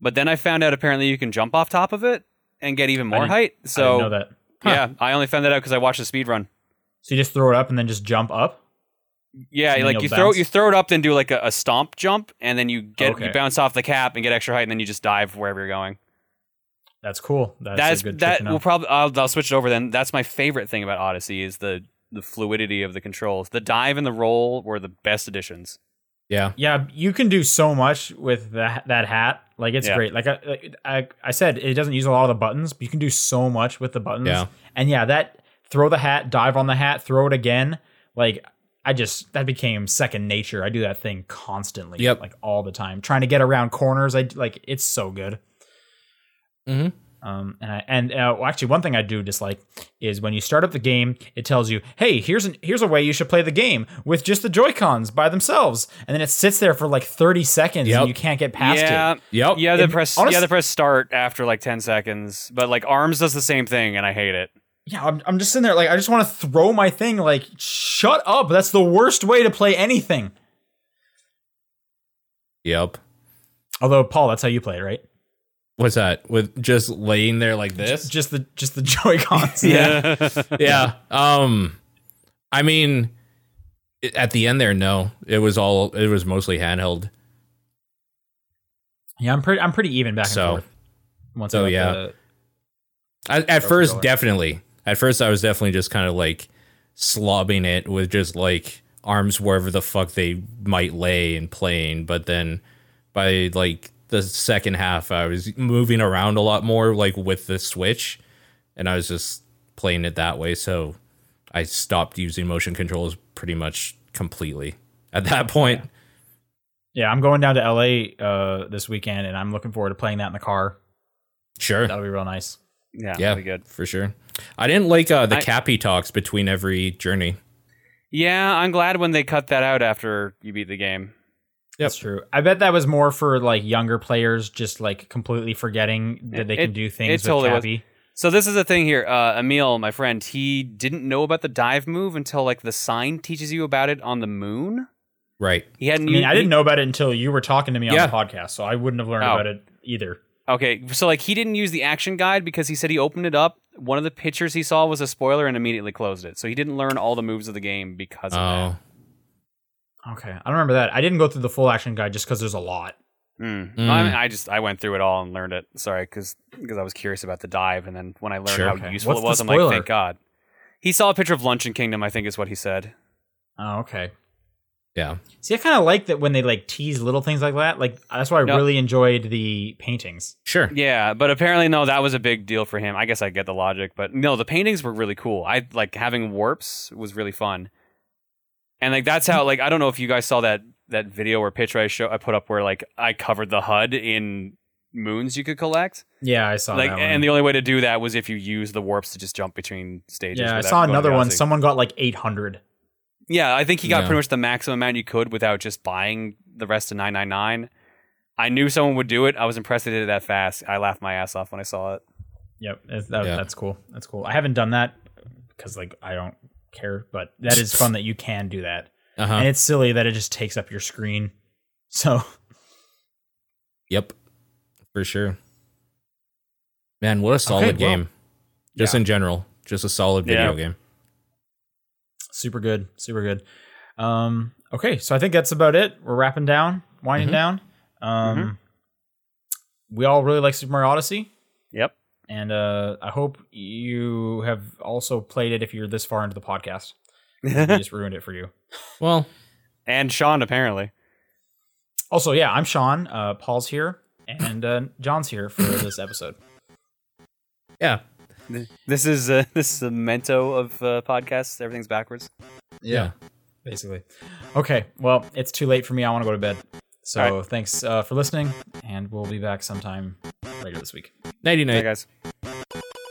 [SPEAKER 3] but then I found out apparently you can jump off top of it and get even more
[SPEAKER 2] didn't-
[SPEAKER 3] height.
[SPEAKER 2] So I
[SPEAKER 3] So
[SPEAKER 2] didn't know that.
[SPEAKER 3] yeah, I only found that out because I watched the speed run.
[SPEAKER 2] So you just throw it up and then just jump up.
[SPEAKER 3] Yeah,
[SPEAKER 2] And then
[SPEAKER 3] like
[SPEAKER 2] you'll
[SPEAKER 3] you throw
[SPEAKER 2] bounce?
[SPEAKER 3] you throw it up, then do like a, a stomp jump, and then you get
[SPEAKER 2] Okay.
[SPEAKER 3] you bounce off the cap and get extra height, and then you just dive wherever you're going.
[SPEAKER 2] That's cool. That's,
[SPEAKER 3] That's,
[SPEAKER 2] a good trick
[SPEAKER 3] that
[SPEAKER 2] to know.
[SPEAKER 3] will probably I'll, I'll switch it over then. That's my favorite thing about Odyssey is the the fluidity of the controls. The dive and the roll were the best additions.
[SPEAKER 1] yeah.
[SPEAKER 2] Yeah, you can do so much with that that hat. Like it's
[SPEAKER 3] Yeah.
[SPEAKER 2] great. Like I, like, I I said, it doesn't use a lot of the buttons, but you can do so much with the buttons.
[SPEAKER 1] Yeah.
[SPEAKER 2] And yeah, that throw the hat, dive on the hat, throw it again. Like I just that became second nature. I do that thing constantly.
[SPEAKER 1] Yep.
[SPEAKER 2] Like all the time, trying to get around corners. I like it's so good.
[SPEAKER 1] Mhm.
[SPEAKER 2] Um, and I, and uh, well, actually, one thing I do dislike is when you start up the game, it tells you, "Hey, here's an here's a way you should play the game with just the Joy Cons by themselves," and then it sits there for like thirty seconds,
[SPEAKER 1] Yep.
[SPEAKER 2] and you can't get past
[SPEAKER 3] yeah,
[SPEAKER 2] it.
[SPEAKER 1] Yep.
[SPEAKER 3] You have to
[SPEAKER 2] It-
[SPEAKER 3] press
[SPEAKER 2] Oh, honest-
[SPEAKER 3] you have to press start after like ten seconds. But like arms does the same thing and I hate it.
[SPEAKER 2] Yeah, I'm, I'm just sitting there like I just want to throw my thing. Like, shut up! That's the worst way to play anything.
[SPEAKER 1] Yep.
[SPEAKER 2] Although, Paul, that's how you play it, right?
[SPEAKER 1] What's that? With just laying there like this?
[SPEAKER 2] Just the just the Joy Cons.
[SPEAKER 3] Yeah.
[SPEAKER 1] yeah. Um, I mean, i- at the end there, no, it was all it was mostly handheld.
[SPEAKER 2] yeah, I'm pretty I'm pretty even back and
[SPEAKER 1] So-
[SPEAKER 2] forth. Once
[SPEAKER 1] so
[SPEAKER 2] got
[SPEAKER 1] yeah.
[SPEAKER 2] the-
[SPEAKER 1] I, at first,
[SPEAKER 2] controller.
[SPEAKER 1] definitely. At first, I was definitely just kind of like slobbing it with just like arms wherever the fuck they might lay and playing. But then by like the second half, I was moving around a lot more, like with the Switch, and I was just playing it that way. So I stopped using motion controls pretty much completely at that point.
[SPEAKER 2] yeah, I'm going down to LA uh, this weekend, and I'm looking forward to playing that in the car.
[SPEAKER 1] Sure.
[SPEAKER 2] That'll be real nice.
[SPEAKER 3] yeah,
[SPEAKER 1] yeah,
[SPEAKER 3] pretty good.
[SPEAKER 1] for sure. I didn't like uh, the
[SPEAKER 3] I-
[SPEAKER 1] Cappy talks between every journey.
[SPEAKER 3] Yeah, I'm glad when they cut that out after you beat the game.
[SPEAKER 2] That's true. I bet that was more for like younger players, just like completely forgetting that they
[SPEAKER 3] It-
[SPEAKER 2] can do things
[SPEAKER 3] it
[SPEAKER 2] with
[SPEAKER 3] totally was.
[SPEAKER 2] Cappy.
[SPEAKER 3] So this is the thing here. Uh, Emil, my friend, he didn't know about the dive move until like the sign teaches you about it on the moon.
[SPEAKER 1] Right.
[SPEAKER 3] He hadn't.
[SPEAKER 2] I mean,
[SPEAKER 3] u-
[SPEAKER 2] I didn't know about it until you were talking to me on
[SPEAKER 1] Yeah.
[SPEAKER 2] the podcast, so I wouldn't have learned
[SPEAKER 3] Oh.
[SPEAKER 2] about it either.
[SPEAKER 3] Okay, so like he didn't use the action guide because he said he opened it up. One of the pictures he saw was a spoiler and immediately closed it. So he didn't learn all the moves of the game because of
[SPEAKER 1] Oh,
[SPEAKER 2] Okay, I don't remember that. I didn't go through the full action guide just because there's a lot.
[SPEAKER 3] that. Mm.
[SPEAKER 1] Mm.
[SPEAKER 3] I, mean, I just I went through it all and learned it. Sorry, because I was curious about the dive, and then when I learned
[SPEAKER 1] Sure.
[SPEAKER 3] how
[SPEAKER 2] Okay.
[SPEAKER 3] useful
[SPEAKER 2] What's
[SPEAKER 3] it
[SPEAKER 2] the
[SPEAKER 3] was, I'm like,
[SPEAKER 2] spoiler?
[SPEAKER 3] thank God. He saw a picture of Luncheon Kingdom. I think is what he said.
[SPEAKER 2] Oh, okay.
[SPEAKER 1] yeah.
[SPEAKER 2] See, I kind of like that when they like tease little things like that. Like that's why I
[SPEAKER 3] No.
[SPEAKER 2] really enjoyed the paintings.
[SPEAKER 1] Sure.
[SPEAKER 3] Yeah, but apparently no, that was a big deal for him. I guess I get the logic, but no, the paintings were really cool. I like having warps was really fun. And like that's how like I don't know if you guys saw that that video or picture I show I put up where like I covered the HUD in moons you could collect.
[SPEAKER 2] Yeah, I saw
[SPEAKER 3] like
[SPEAKER 2] that. One.
[SPEAKER 3] and the only way to do that was if you use the warps to just jump between stages.
[SPEAKER 2] yeah, I
[SPEAKER 3] without
[SPEAKER 2] saw
[SPEAKER 3] going to
[SPEAKER 2] another
[SPEAKER 3] the
[SPEAKER 2] one.
[SPEAKER 3] Odyssey.
[SPEAKER 2] Someone got like 800.
[SPEAKER 3] Yeah, I think he got
[SPEAKER 1] Yeah.
[SPEAKER 3] pretty much the maximum amount you could without just buying the rest of 999. I knew someone would do it. I was impressed they did it that fast. I laughed my ass off when I saw it.
[SPEAKER 2] Yep, that's- that,
[SPEAKER 1] Yeah.
[SPEAKER 2] that's cool. That's cool. I haven't done that because like I don't care, but that is fun that you can do that.
[SPEAKER 1] Uh huh.
[SPEAKER 2] and it's silly that it just takes up your screen. So
[SPEAKER 1] Yep, for sure. Man, what a solid
[SPEAKER 2] well,
[SPEAKER 1] game, just
[SPEAKER 2] yeah.
[SPEAKER 1] in general. Just a solid video
[SPEAKER 3] Yeah.
[SPEAKER 1] game.
[SPEAKER 2] Super good. Super good. Um, okay, so I think that's about it. We're wrapping down, winding
[SPEAKER 1] Mhm.
[SPEAKER 2] down. Um, We all really like Super Mario Odyssey,
[SPEAKER 3] Yep.
[SPEAKER 2] and uh, I hope you have also played it if you're this far into the podcast. we just ruined it for you.
[SPEAKER 1] Well,
[SPEAKER 3] and Sean apparently.
[SPEAKER 2] Also, yeah, I'm Sean. Uh, Paul's here, and uh, John's here for this episode.
[SPEAKER 1] yeah.
[SPEAKER 3] This is uh, this is a memento of uh, podcasts. Everything's backwards.
[SPEAKER 1] Yeah.
[SPEAKER 2] basically. Okay, well, it's too late for me. I want to go to bed. So
[SPEAKER 3] All
[SPEAKER 2] thanks uh, for listening, and we'll be back sometime later this week.
[SPEAKER 1] Nighty night.
[SPEAKER 3] Hey guys.